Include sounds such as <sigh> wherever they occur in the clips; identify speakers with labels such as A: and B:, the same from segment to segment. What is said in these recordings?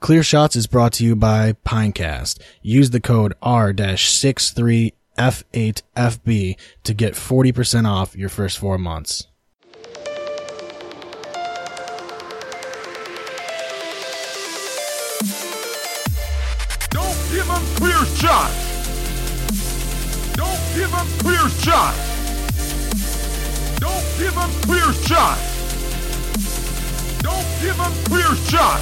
A: Clear Shots is brought to you by Pinecast. Use the code R-63F8FB to get 40% off your first four months.
B: Don't give him clear shot. Don't give him clear shot. Don't give him clear shot. Don't give him clear shot.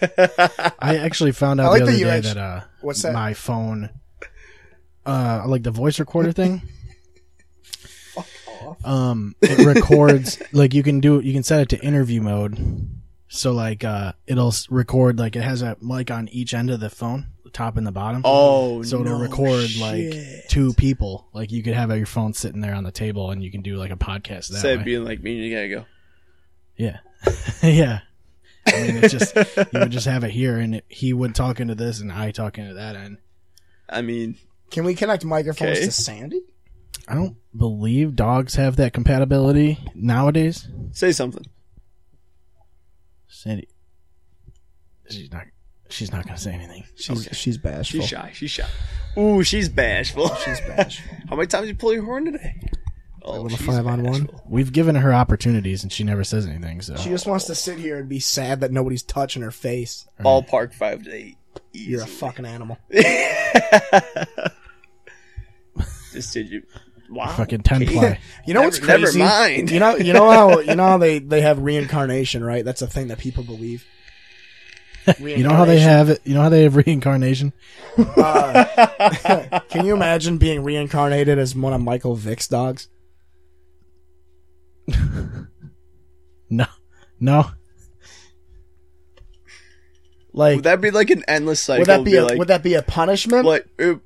A: I actually found out
C: I like
A: the other
C: that you
A: day
C: actu-
A: that, uh,
C: What's that?
A: my phone, uh, like the voice recorder
C: <laughs>
A: thing. Um, it
C: <laughs>
A: records like you can do you can set it to interview mode, so like uh, it'll s- record like it has a mic on each end of the phone, the top and the bottom.
C: Oh,
A: so it'll
C: no
A: record
C: shit.
A: like two people. Like you could have your phone sitting there on the table, and you can do like a podcast that
C: Instead of
A: way.
C: being like me, you gotta go.
A: Yeah. <laughs> yeah. I mean, it's just, you would
C: <laughs>
A: just have it here and it, he would talk into this and I talk into that end.
C: I mean,
D: Can we connect microphones
C: Okay.
D: to Sandy?
A: I don't believe dogs have that compatibility nowadays.
C: say something.
A: Sandy, she's not, she's not going to say anything.
D: She's she's bashful.
C: She's shy. She's shy. Ooh, she's bashful. <laughs>
D: She's bashful.
C: How many times you pull your horn today? Oh,
D: little
C: she's
D: five on one.
C: bashful.
A: We've given her opportunities and she never says anything. So
D: she just wants to sit here and be sad that nobody's touching her face.
C: Ballpark five to eight. Easy.
D: You're a fucking animal.
C: This did you. Wow.
A: <laughs> fucking 10
D: <laughs>
A: ply.
D: You know what's
C: Never- never
D: crazy?
C: mind.
D: You know you know how you know how they they have reincarnation, right? That's a thing that people believe.
A: You know how they have it? You know how they have reincarnation?
D: Can you imagine being reincarnated as one of Michael Vick's dogs?
A: No. No.
D: Like
C: Would that be like an endless cycle?
D: would that be, a,
C: like,
D: would that be a punishment?
C: What? oop,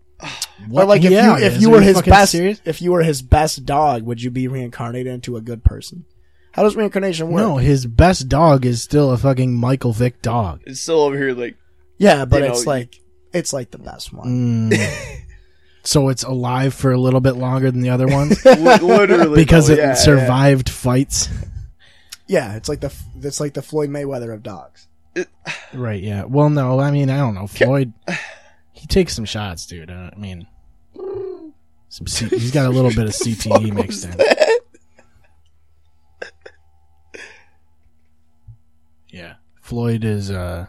A: What?
D: Or like if
A: Yeah,
D: you if
A: is-
D: you
A: are
D: were his
A: fucking
D: best
A: serious?
D: if you were his best dog, would you be reincarnated into a good person? How does reincarnation work?
A: No, his best dog is still a fucking Michael Vick
D: <laughs>
A: dog.
C: It's still over here.
A: <laughs>
C: Like
D: Yeah, but
C: You know,
D: it's
C: you- Mm.
D: like it's like the best one.
A: Hmm. So it's alive for a little bit longer than the other
D: <laughs>
A: ones
D: Oh,
C: li- literally
A: because
C: though,
A: it
C: yeah,
A: survived fights.
D: Yeah, it's like the f- it's like the Floyd Mayweather of dogs.
A: Right, yeah. Well, no, I mean, I don't know. Floyd, he takes some shots, dude. Uh, I mean, some C- he's got a little
C: <laughs>
A: bit of CTE mixed in. Yeah. Floyd is, uh,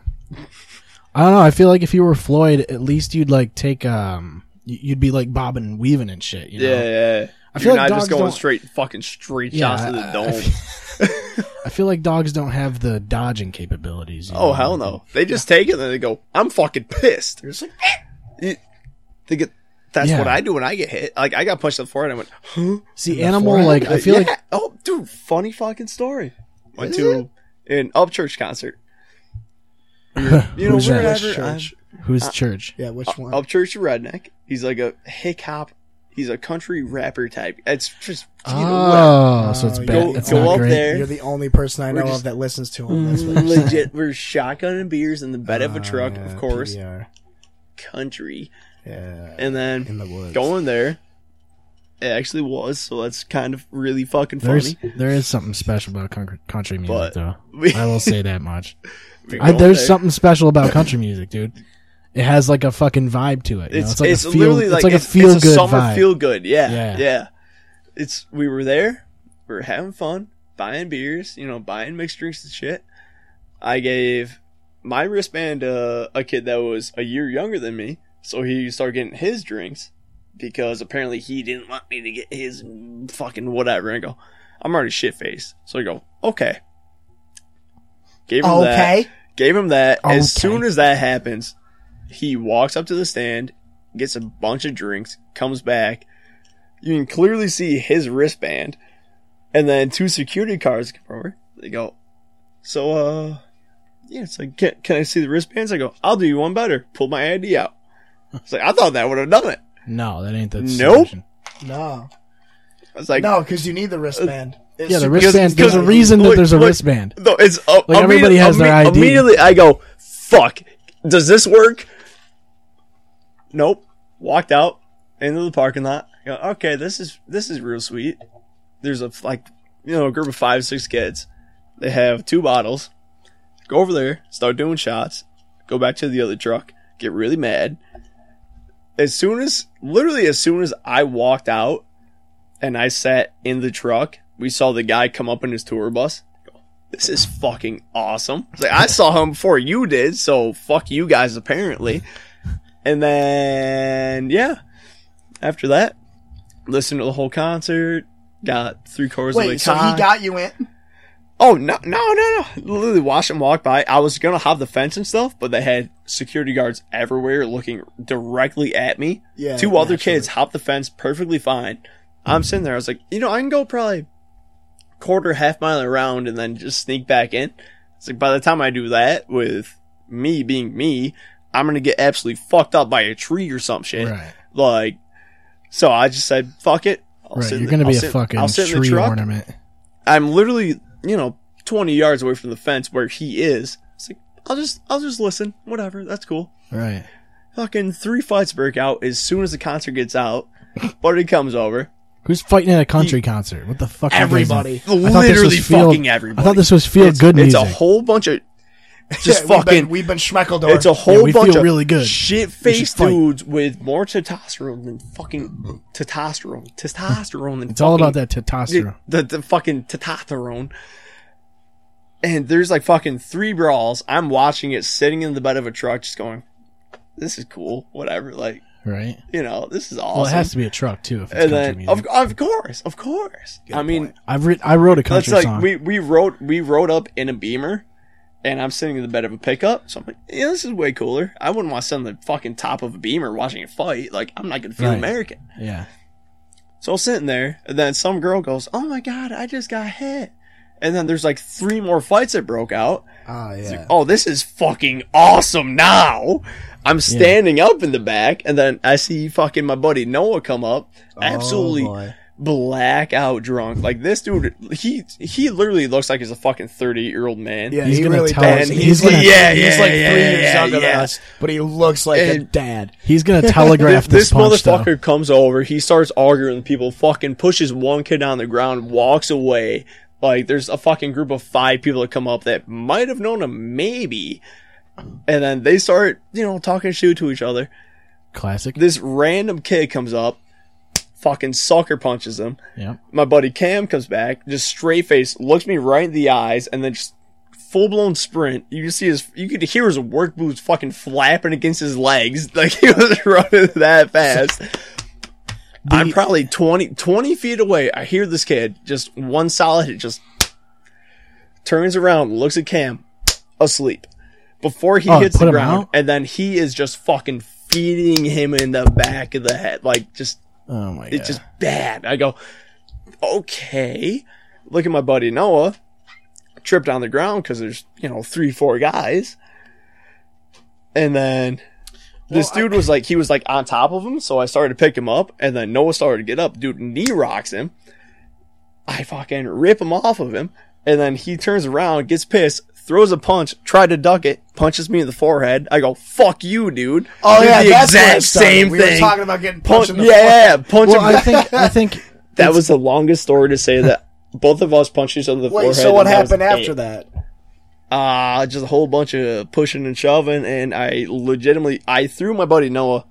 A: I don't know. I feel like if you were Floyd, at least you'd, like, take, um, y- you'd be, like, bobbing and weaving and shit, you
C: Yeah,
A: know?
C: yeah. yeah.
A: I feel
C: You're
A: like
C: not
A: dogs
C: just going
A: don't-
C: straight, fucking straight
A: Yeah,
C: shots to the
A: I-
C: dome.
A: I feel like dogs don't have the dodging capabilities. you
C: Oh
A: know?
C: hell no! They just take it and they go. I'm fucking pissed.
D: You're just like, "Eh."
C: It- They get. That's
A: Yeah.
C: what I do when I get hit. Like I got punched in the forehead. I went. Huh?
A: See, animal, like, I feel
C: Yeah.
A: like
C: Oh, dude, funny fucking story. Went to an Upchurch concert.
A: <laughs>
C: You know,
A: Who's
C: we're
A: that?
C: ever-
D: Church?
A: who's church?
D: yeah,
C: Uh,
D: which one?
C: Upchurch redneck. He's like a hip hop. He's a country rapper type. It's just you know,
A: Oh, so it's
D: Oh,
A: bad.
C: Uh, go-
A: it's
C: go
A: not
C: up
A: great.
C: there.
D: You're the only person I know
C: just-
D: of that listens to him. That's what
C: whatever.
D: <laughs>
C: legit. We're shotgunning beers in the bed of a truck,
D: Ah, Yeah,
C: of course.
D: PBR.
C: Country,
D: Uh, Yeah,
C: and then
D: in the woods.
C: going there. It actually was, so that's kind of really fucking
A: There's
C: funny. <laughs>
A: there is something special about con- country music,
C: But-
A: though.
C: we-
A: I will say that much.
C: We
A: I,
C: <laughs> go
A: there's
C: there.
A: something special about country music, dude. It has like a fucking vibe to it. you know?
C: It's
A: It's, like
C: it's
A: a feel.
C: literally
A: It's
C: like
A: like a feel
C: it's
A: good
C: summer
A: vibe.
C: feel good. Yeah,
A: Yeah.
C: yeah, It's we were there, we were having fun, buying beers, you know, buying mixed drinks and shit. I gave my wristband to a kid that was a year younger than me, so he started getting his drinks because apparently he didn't want me to get his fucking whatever. I go, I'm already shit faced, so I go, okay. Gave him that.
D: Oh, Okay.
C: Gave him that. As
A: Okay.
C: soon as that happens, he walks up to the stand, gets a bunch of drinks, comes back. You can clearly see his wristband. And then two security cars come over. They go, So, uh, yeah, it's like, can, can I see the wristbands? I go, I'll do you one better. Pull my ID out. It's like, I thought that would have done it.
A: No, that ain't the
C: Nope.
A: solution.
D: No,
C: I was like,
D: no, because you need the wristband. It's
A: Yeah, the
D: super-
C: Because-
A: wristband. There's a
C: because-
A: reason that
C: look,
A: there's a
C: look,
A: wristband.
C: No, it's uh,
A: Like, everybody
C: immediately-
A: has their
C: imme-
A: ID.
C: Immediately, I go, "Fuck, does this work?" Nope. Walked out into the parking lot. I go, okay, this is this is real sweet. There's a like you know, a group of five, six kids. They have two bottles. Go over there, start doing shots, go back to the other truck, get really mad. As soon as, literally, as soon as I walked out and I sat in the truck, we saw the guy come up in his tour bus. This is fucking awesome. It's like, I saw him before you did, so fuck you guys, apparently. And then, yeah, after that, listened to the whole concert, got three quarters of
E: Wait,
C: the
E: so
C: con-
E: he got you in?
C: Oh no no no no! Literally watched him walk by. I was gonna hop the fence and stuff, but they had security guards everywhere looking directly at me.
D: Yeah,
C: Two other
D: <laughs>
C: kids hopped the fence perfectly fine. I'm sitting there. I was like, you know, I can go probably quarter half mile around and then just sneak back in. It's like by the time I do that, with me being me, I'm gonna get absolutely fucked up by a tree or some shit.
A: Right.
C: Like, so I just said, fuck it. I'll
A: Right.
C: sit in
A: You're
C: the-
A: going to
C: I'll
A: be a
C: sit-
A: fucking
C: I'll sit in the
A: tree
C: truck.
A: ornament.
C: I'm literally, you know, 20 yards away from the fence where he is. It's like, I'll just, I'll just listen. Whatever. That's cool.
A: Right.
C: Fucking three fights break out as soon as the concert gets out. <laughs> Buddy comes over.
A: Who's fighting at a country concert? What the fuck? are they-
D: Everybody.
A: I thought this was
C: Literally
A: feel-
C: fucking
A: I
C: everybody.
A: thought this was feel
C: it's,
A: good
C: It's
A: music.
C: a whole
A: <laughs>
C: bunch of just
E: Yeah,
C: fucking.
E: We've been, we've been schmeckled over.
C: it's a whole
A: we
C: bunch
A: feel
C: of
A: really good.
C: shit
A: We should
C: faced
A: fight.
C: dudes with more testosterone than fucking testosterone. Testosterone than
A: it's all
C: fucking
A: about that testosterone.
C: the, the fucking testosterone. And there's like fucking three brawls. I'm watching it sitting in the bed of a truck, just going, this is cool, whatever. Like,
A: Right.
C: you know, this is awesome.
A: Well, it has to be a truck too. If it's
C: and
A: country
C: then,
A: music.
C: of, of course, of course. I mean,
A: I've writ I wrote a
C: that's
A: country
C: like
A: song.
C: we we rode we rode up in a beamer, and I'm sitting in the bed of a pickup. So I'm like, yeah, this is way cooler. I wouldn't want to sit on the fucking top of a beamer watching a fight. Like, I'm not gonna feel
A: Right.
C: American.
A: yeah.
C: So I'm sitting there, and then some girl goes, "Oh my god, I just got hit!" And then there's like three more fights that broke out.
D: Oh yeah.
C: Oh, this is fucking awesome! Now I'm standing up in the back, and then I see fucking my buddy Noah come up, absolutely
D: Oh, boy.
C: blackout drunk. Like this dude, he he literally looks like he's a fucking thirty year old man.
D: Yeah,
A: He's
D: he
A: gonna
D: really
A: tell
D: does.
A: us- he's gonna-
C: Yeah, yeah,
D: he's like
C: yeah,
D: three
C: yeah,
D: years
C: yeah,
D: younger than
C: yeah.
D: us, but he looks like a
C: And-
D: dad.
A: He's gonna telegraph
C: <laughs>
A: this,
C: This,
A: punch,
C: motherfucker
A: though.
C: comes over. He starts arguing with people. Fucking pushes one kid on the ground. Walks away. Like there's a fucking group of five people that come up that might have known him, maybe. And then they start, you know, talking shit to each other.
A: Classic.
C: This random kid comes up, fucking sucker punches him.
A: yeah.
C: My buddy Cam comes back, just straight face, looks me right in the eyes, and then just full blown sprint. You can see his, you could hear his work boots fucking flapping against his legs. <laughs> Like he was running that fast. I'm probably 20, 20 feet away. I hear this kid, just one solid hit, just turns around, looks at Cam, asleep. Before he
A: Oh,
C: hits
A: put
C: the
A: him
C: ground,
A: out?
C: and then he is just fucking feeding him in the back of the head. Like just
A: Oh my god.
C: it's just bad. I go, okay. Look at my buddy Noah. Tripped on the ground because there's, you know, three, four guys. And then this dude was like, he was like on top of him. So I started to pick him up. And then Noah started to get up. Dude knee rocks him. I fucking rip him off of him. And then he turns around, gets pissed, throws a punch, tried to duck it, punches me in the forehead. I go, fuck you, dude.
E: oh
C: Did
E: yeah,
C: the
E: that's where it
C: exact
E: started.
C: same
E: we
C: thing.
E: were talking about getting
C: punch,
E: punched in the
C: yeah, punch
A: well,
C: him
A: I think
C: <laughs>
A: I think
C: that was the longest story to say that <laughs> both of us punched each other in the
D: Wait,
C: forehead.
D: so what
C: and that was
D: happened
C: it.
D: after that?
C: Uh, just a whole bunch of pushing and shoving, and I legitimately I threw my buddy Noah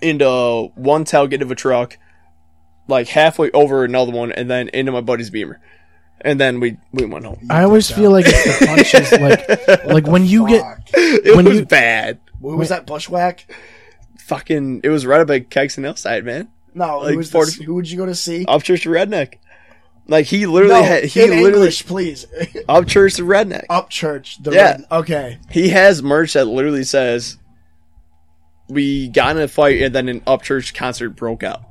C: into one tailgate of a truck, like halfway over another one, and then into my buddy's beamer, and then we we went home. <laughs>
A: I always feel like it's the punches, like like when you get
C: It
A: When
C: was
A: you-
C: bad.
D: What was that bushwhack?
C: Fucking, it was right up at Keg's and Hillside, man.
D: No,
C: Like
D: it was
C: forty-
D: this, who would you go to see?
C: Up Church to Redneck. Like he literally
D: no,
C: had, he
D: in
C: literally
D: English, please. <laughs>
C: up Church to Redneck.
D: Up church. The
C: Yeah.
D: red- okay.
C: He has merch that literally says, "We got in a fight, and then an Upchurch concert broke out."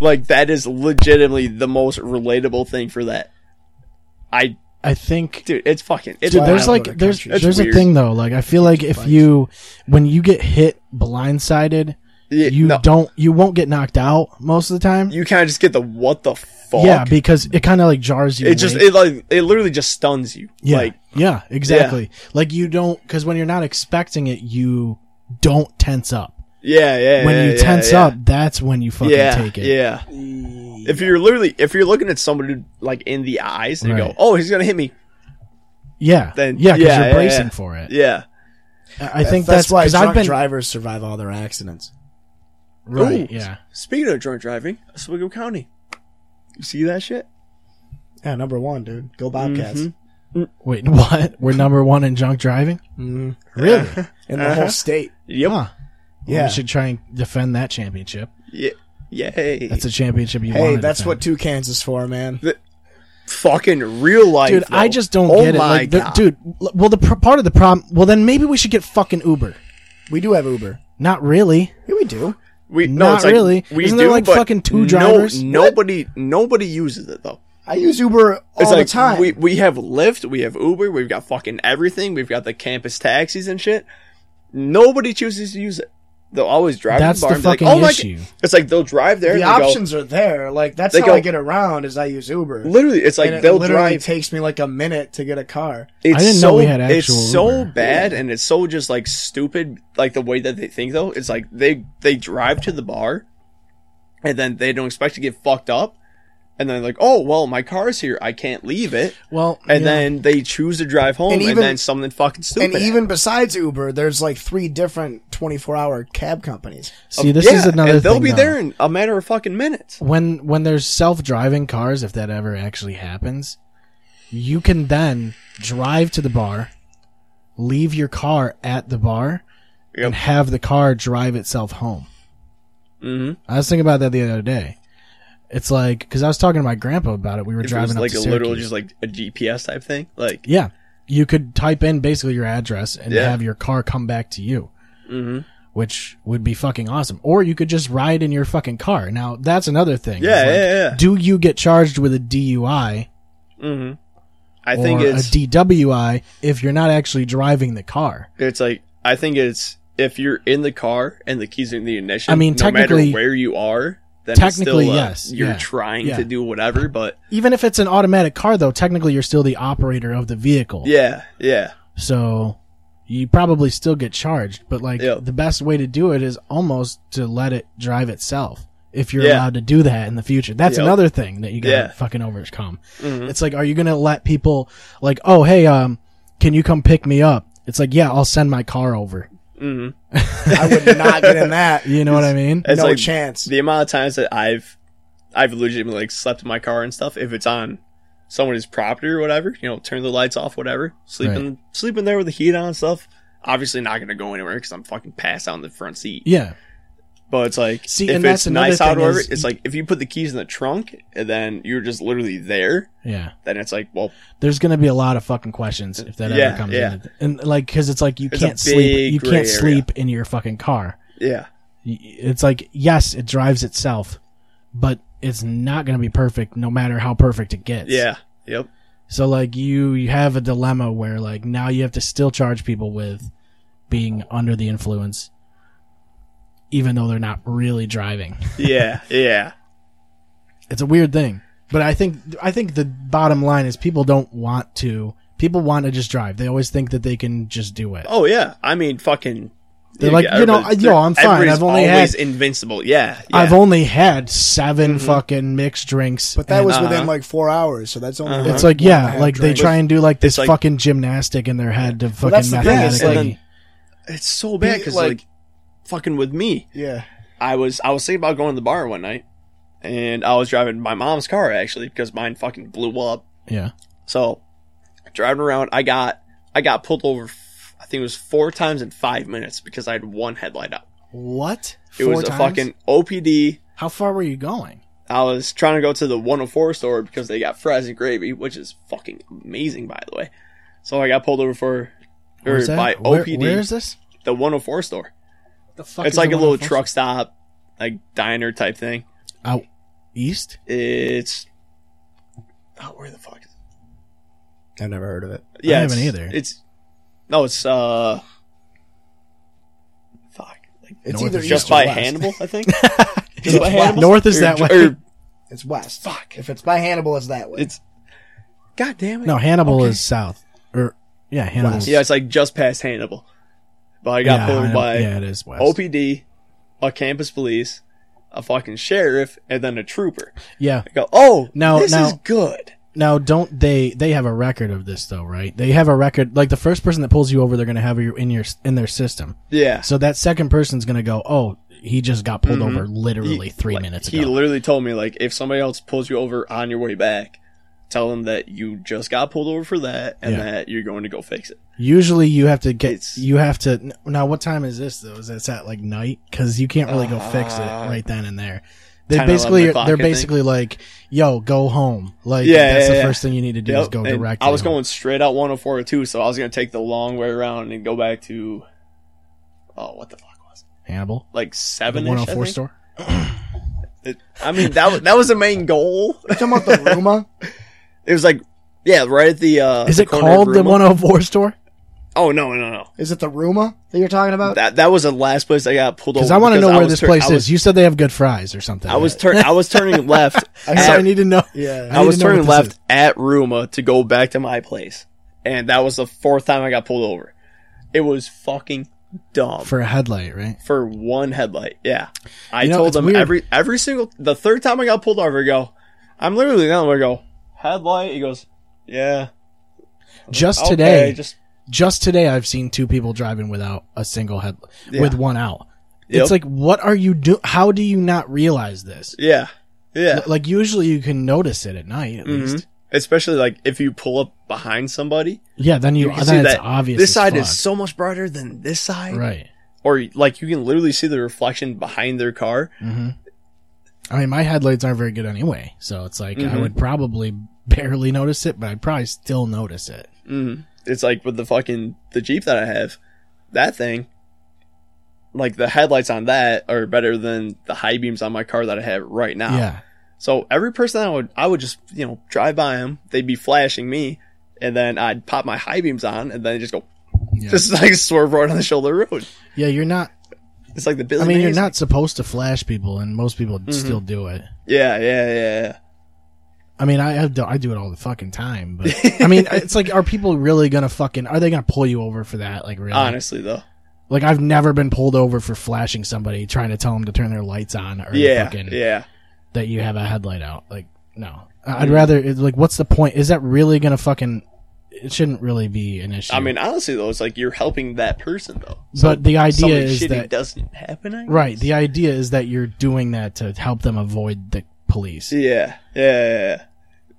C: Like that is legitimately the most relatable thing for that. I
A: I think
C: dude, it's fucking it's
A: Dude,
D: Wow.
A: there's
C: wild.
A: like
D: Other
A: there's
D: countries.
A: there's
C: That's
A: a thing though. Like I feel like if you when you get hit blindsided,
C: Yeah,
A: you
C: no,
A: don't you won't get knocked out most of the time.
C: you kind of just get the what the fuck.
A: yeah, because it kind of like jars you.
C: it just
A: awake.
C: it like it literally just stuns you.
A: yeah
C: Like
A: yeah exactly. Like you don't because when you're not expecting it, you don't tense up.
C: Yeah, yeah.
A: when
C: yeah,
A: you
C: yeah,
A: tense
C: yeah.
A: up, that's when you fucking
C: yeah,
A: take it.
C: yeah. If you're literally, if you're looking at somebody like in the eyes and you go,
A: Right.
C: "Oh, he's gonna hit me,"
A: Yeah,
C: Then-
A: yeah, because
C: yeah,
A: you're
C: yeah,
A: bracing
C: yeah.
A: for it.
C: yeah,
A: I I think
D: that's,
A: that's,
D: why
A: because
D: drunk
A: I've been
D: drivers survive all their accidents.
A: right.
C: Ooh.
A: Yeah,
C: Speaking of drunk driving, Oswego County. You see that shit?
D: Yeah, number one, dude. Go Bobcats.
C: Mhm.
A: wait, <laughs> what? We're number one in junk driving.
D: Mhm.
A: Really?
D: In the whole state.
C: <laughs> Yep.
A: Huh.
D: Yeah.
A: we should try and defend that championship.
C: Yeah. Yay.
A: That's a championship you want.
D: Hey, that's what toucans is for, man.
C: fucking real life.
A: Dude, I
C: though.
A: just don't
C: Oh
A: get it.
C: my
A: Like, the-
C: God.
A: dude, l- well, the pr- part of the problem. Well, then maybe we should get fucking Uber.
D: We do have Uber.
A: Not really.
D: Yeah, we do.
C: we no,
A: not
C: it's like,
A: really.
C: We
A: Isn't
C: do,
A: there, like,
C: but
A: fucking two
C: no-
A: drivers?
C: nobody, nobody uses it though.
D: I use Uber all
C: It's
D: the
C: like
D: time.
C: we we have Lyft, we have Uber, we've got fucking everything. We've got the campus taxis and shit. Nobody chooses to use it. They'll always drive.
A: That's
C: to the,
A: the
C: bar and be like,
A: fucking
C: "Oh my
A: issue.
C: God." It's like they'll drive there.
D: the
C: and they
D: options are there. Like that's
C: They
D: how
C: go-
D: I get around is I use Uber.
C: Go, literally, it's like
D: and it
C: they'll
D: literally
C: drive.
D: takes me like a minute to get a car.
C: It's
A: I didn't
C: so,
A: know we had actual
C: It's so
A: Uber.
C: bad and it's so just like stupid, like the way that they think though. It's like they they drive to the bar, and then they don't expect to get fucked up, and then like, oh well, my car's here, I can't leave it,
A: Well,
C: and
A: yeah.
C: then they choose to drive home, and,
D: And even-
C: then something fucking stupid.
D: and even besides Uber, there's like three different 24 hour cab
C: <laughs>
D: companies.
A: see, this
C: Yeah,
A: is another.
C: and they'll
A: thing,
C: be
A: though.
C: there in a matter of fucking minutes.
A: when when there's self-driving cars if that ever actually happens you can then drive to the bar leave your car at the bar
C: Yep.
A: and have the car drive itself home
C: Mhm.
A: i was thinking about that the other day it's like because i was talking to my grandpa about it we were
C: If it
A: driving
C: was
A: up
C: like
A: to
C: a literal,
A: Syracuse.
C: just like a GPS type thing, like
A: yeah you could type in basically your address and
C: Yeah. Mm-hmm.
A: have your car come back to you which would be fucking awesome or you could just ride in your fucking car now that's another thing
C: yeah,
A: It's like,
C: yeah, yeah.
A: do you get charged with a DUI
C: hmm I
A: or
C: think it's
A: a DWI if you're not actually driving the car?
C: It's like I think it's if you're in the car and the keys are in the ignition.
A: I mean,
C: no matter
A: technically-
C: where you are, then
A: Technically,
C: it's still, uh,
A: yes,
C: you're
A: yeah,
C: trying
A: yeah.
C: to do whatever. But
A: Even if it's an automatic car, though, technically you're still the operator of the vehicle.
C: yeah, yeah,
A: So you probably still get charged, but like
C: Yeah.
A: the best way to do it is almost to let it drive itself. If you're
C: Yeah.
A: allowed to do that in the future, that's
C: Yep.
A: another thing that you gotta
C: Yeah. Mm-hmm.
A: fucking overcome. It's like, are you gonna let people like, oh hey, um, can you come pick me up? It's like, yeah, I'll send my car over.
C: mm-hmm.
D: I would not get in that.
A: You know what I mean?
C: It's
D: no
C: like
D: chance.
C: the amount of times that I've I've legitimately like slept in my car and stuff. If it's on someone's property or whatever, you know, turn the lights off, whatever. Sleeping sleeping there with the heat on and stuff. Obviously not gonna go anywhere because I'm fucking passed out in the front seat.
A: Yeah.
C: But it's like
A: See,
C: if
A: and
C: it's
A: that's another
C: nice out
A: thing
C: or whatever,
A: is-
C: it's like if you put the keys in the trunk and then you're just literally there,
A: Yeah.
C: then it's like, well,
A: there's going to be a lot of fucking questions if that
C: Yeah,
A: ever comes
C: yeah.
A: in. And like, cause it's like, you
C: It's a
A: can't sleep,
C: big
A: you
C: gray
A: can't
C: area.
A: sleep in your fucking car.
C: yeah.
A: Y- It's like, yes, it drives itself, but it's not going to be perfect no matter how perfect it gets.
C: Yeah. Yep.
A: So like you, you have a dilemma where like now you have to still charge people with being under the influence, even though they're not really driving.
C: Yeah. Yeah.
A: It's a weird thing, but I think I think the bottom line is people don't want to. People want to just drive. They always think that they can just do it.
C: Oh yeah. I mean, fucking.
A: They're like, you know,
C: everybody's-
A: I- yo, I'm fine.
C: everybody's
A: I've only
C: always
A: had-
C: invincible. Yeah. yeah. Mm-hmm.
A: I've only had 7 fucking mixed drinks.
D: But that
A: and
D: was
C: Uh-huh.
D: within like four hours, so that's only.
A: it's like
D: one and a
A: yeah,
D: half
A: like they
D: drinks.
A: try and do like this
C: like-
A: fucking gymnastic in their head to fucking
D: that's the thing,
C: it's
A: mathematically.
C: like- it's so bad because
D: like-
C: like, fucking with me,
D: Yeah,
C: I was I was thinking about going to the bar one night, and I was driving my mom's car actually because mine fucking blew up.
A: yeah,
C: So driving around, I got I got pulled over. f- I think it was four times in five minutes because I had one headlight out.
A: what?
C: It
A: Four
C: was
A: times?
C: a fucking OPD.
A: How far were you going?
C: I was trying to go to the 104 store because they got fries and gravy, which is fucking amazing, by the way. So I got pulled over for or
A: Where's that?
C: by
A: Where-
C: OPD,
A: Where is this?
C: the 104 store.
A: The fuck
C: it's
A: is
C: like
A: the
C: a little
A: 104?
C: truck stop, like diner type thing.
A: out east.
C: It's oh, where the fuck? Is it?
D: I've never heard of it.
C: Yeah,
A: haven't
C: it's-
A: either.
C: It's no, it's uh, fuck, like
D: It's
A: North
D: either
A: is
C: just
D: east or
C: by
D: west.
C: Hannibal,
A: <laughs>
C: I think. just by Hannibal.
A: North is
C: Or-
A: that way.
C: or-
D: It's west. Fuck. If it's by Hannibal, it's that way.
C: it's God damn it.
A: No, Hannibal is south. Or yeah, Hannibal.
C: Yeah, it's like just past Hannibal. But I got pulled by
A: yeah, it is west.
C: OPD, a campus police, a fucking sheriff, and then a trooper.
A: Yeah.
C: I go, oh,
A: Now-
C: now this
A: now-
C: is good.
A: Now, don't they? They have a record of this, though, right? They have a record. Like the first person that pulls you over, they're gonna have you in your in their system.
C: Yeah.
A: So that second person's gonna go, "Oh, he just got pulled
C: Mhm.
A: over literally three
C: like,
A: minutes
C: He
A: ago."
C: literally told me like if somebody else pulls you over on your way back, tell them that you just got pulled over for that and
A: Yeah.
C: that you're going to go fix it.
A: Usually, you have to get
C: It's-
A: you have to. n- Now, what time is this though? Is this at like night? Because you can't really go fix it
C: Uh,
A: right then and there. They
C: 10, 11
A: basically
C: o'clock,
A: they're
C: I think.
A: basically like, "Yo, go home." Like
C: Yeah,
A: that's
C: yeah,
A: the
C: yeah.
A: first thing you need to do is
C: Yep,
A: go
C: and
A: directly.
C: I was
A: home.
C: going straight out 10402, so I was going to take the long way around and go back to oh, what the fuck was it?
A: Hannibal,
C: Like
A: the
C: 7 I,
A: 104
C: think.
A: store.
C: It- I mean, that was, that was the main goal. <laughs>
D: You talking about the Ruma?
C: It was like yeah, right at the uh
A: Is
C: the
A: it
C: corner of
A: called the
C: Ruma.
A: 104 store?
C: Oh, no, no, no.
D: Is it the Ruma that you're talking about?
C: That that was the last place I got pulled over
A: Because I want to know where
C: was
A: this
C: tur-
A: place
C: I was-
A: is. You said they have good fries or something.
C: I was turn I was
A: <laughs>
C: turning left.
A: So
C: at-
A: I need to
C: <laughs>
A: know.
D: yeah.
A: I
C: I,
A: need
C: was
A: to know
C: turning
A: what this
C: left at Ruma to go back to my place, and that was the fourth time I got pulled over. It was fucking dumb for,
A: for a headlight, right?
C: one headlight. Yeah, I
A: You know,
C: told
A: it's
C: them
A: weird.
C: every every single the third time I got pulled over. I go, I'm literally down there. I go headlight. He goes, yeah.
A: Just
C: okay,
A: today,
C: just
A: just today I've seen two people driving without a single head
C: Yeah.
A: with one out.
C: Yep.
A: It's like what are you do how do you not realize this?
C: yeah, yeah.
A: L- Like usually you can notice it at night at
C: Mhm.
A: least.
C: Especially like if you pull up behind somebody,
A: Yeah, then you,
C: you can see
A: then it's
C: that
A: obvious.
C: this
A: as
C: side
A: fuck.
C: is so much brighter than this side,
A: right.
C: or like you can literally see the reflection behind their car.
A: hmm I mean, my headlights aren't very good anyway, so it's like I
C: Mhm.
A: would probably barely notice it, but I'd probably still notice it.
C: Mm. It's like with the fucking the Jeep that I have, that thing. Like the headlights on that are better than the high beams on my car that I have right now.
A: Yeah,
C: So every person I would I would just you know drive by them, they'd be flashing me, and then I'd pop my high beams on, and then just go,
A: Yeah.
C: <laughs> just like swerve right on the shoulder of the road.
A: yeah, you're not.
C: It's like the Billy.
A: I mean, you're
C: Mays.
A: not supposed to flash people, and most people
C: Mm-hmm.
A: still do it.
C: Yeah, yeah, yeah. yeah.
A: I mean, I have do, I do it all the fucking time,
C: <laughs>
A: but I mean, it's like, are people really gonna fucking? Are they gonna pull you over for that? Like, really?
C: Honestly though,
A: Like, I've never been pulled over for flashing somebody, trying to tell them to turn their lights on, or
C: yeah,
A: fucking
C: yeah.
A: that you have a headlight out. Like, no, I'd rather. It's like, what's the point? Is that really gonna fucking? It shouldn't really be an issue.
C: I mean, honestly though, it's like you're helping that person though.
A: but the idea
C: Something
A: is
C: shitty
A: that
C: doesn't happen. I
A: right.
C: guess?
A: The idea is that you're doing that to help them avoid the police.
C: Yeah, yeah, yeah, yeah.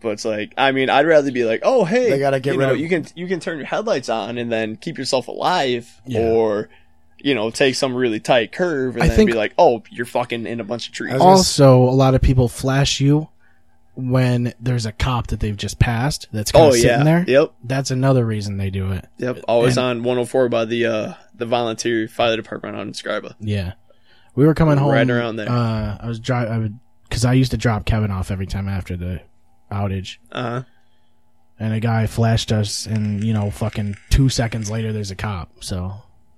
C: But it's like, I mean, I'd rather be like, oh, hey,
D: They gotta get
C: you
D: rid
C: know,
D: of-
C: you can you can turn your headlights on and then keep yourself alive,
A: Yeah.
C: or you know, take some really tight curve and
A: I
C: then
A: think-
C: be like, oh, you're fucking in a bunch of trees.
D: was gonna
A: also a lot of people flash you when there's a cop that they've just passed that's kind
C: oh
A: of sitting
C: yeah,
A: there.
C: yep,
A: That's another reason they do it.
C: yep. Always on 104 by the uh the volunteer fire department on Scriba.
A: Yeah. We were coming home
C: Right around there.
A: Uh, I was driving. I would because I used to drop Kevin off every time after the outage,
C: Uh huh.
A: and a guy flashed us, and you know, fucking two seconds later, there's a cop. So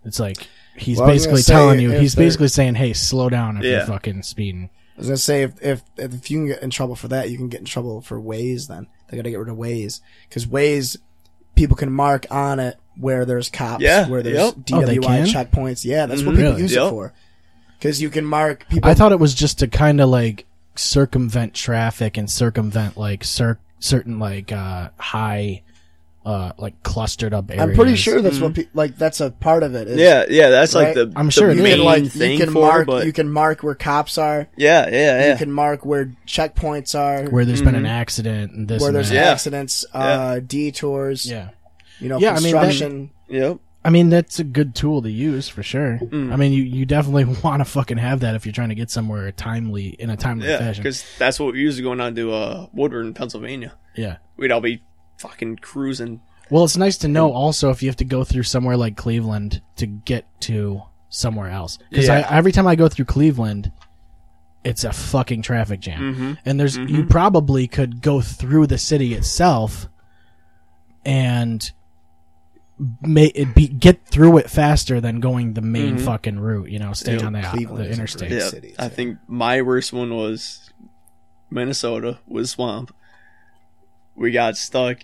A: it's like. He's
D: Well, I was gonna
A: basically
D: say,
A: telling you.
D: if
A: He's
D: they're-
A: basically saying, "Hey, slow down if you're
C: Yeah.
A: fucking speeding."
D: I was gonna say if, if if you can get in trouble for that, you can get in trouble for Waze. Then they gotta get rid of Waze because Waze people can mark on it where there's cops,
C: Yeah,
D: where there's
C: yep.
A: Oh, they can?
D: DWI checkpoints. Yeah, that's what
C: Mhm.
D: people
A: Really?
D: use
C: Yep.
D: it for because you can mark people.
A: I thought it was just to kind of like circumvent traffic and circumvent like cer- certain like uh high uh like clustered up areas.
D: I'm pretty sure that's what pe- like that's a part of it. is
C: Yeah, yeah. That's
D: Right.
C: like the
A: I'm sure
C: the
A: it is.
D: you
C: main
D: can like
C: thing
D: you can
C: for,
D: mark
C: but
D: you can mark where cops are.
C: yeah, yeah,
D: You
C: yeah.
D: can mark where checkpoints are. Where,
A: where there's been an accident and this. and
D: Mm-hmm. there's
A: that.
C: Yeah.
D: accidents, uh, detours.
A: yeah.
D: You know,
A: Yeah, I mean, that-
D: construction.
C: Yep.
A: I mean that's a good tool to use for sure.
D: Mm.
A: I mean you, you definitely <laughs> want to fucking have that if you're trying to get somewhere timely in a timely
C: Yeah,
A: fashion.
C: because that's what we used to going down to uh, Woodward in Pennsylvania.
A: Yeah.
C: We'd all be fucking cruising
A: Well, it's nice to know also if you have to go through somewhere like Cleveland to get to somewhere else. Because
C: Yeah.
A: every time I go through Cleveland, it's a fucking traffic jam.
D: Mm-hmm.
A: And there's you
C: Mm-hmm.
A: probably could go through the city itself and may it be get through it faster than going the main
C: Mm-hmm.
A: fucking route. You know, staying on the,
D: Cleveland
A: the
D: is a
A: interstate.
D: great
C: Yeah,
D: cities,
C: I
D: yeah.
C: think my worst one was Minnesota was swamp. We got stuck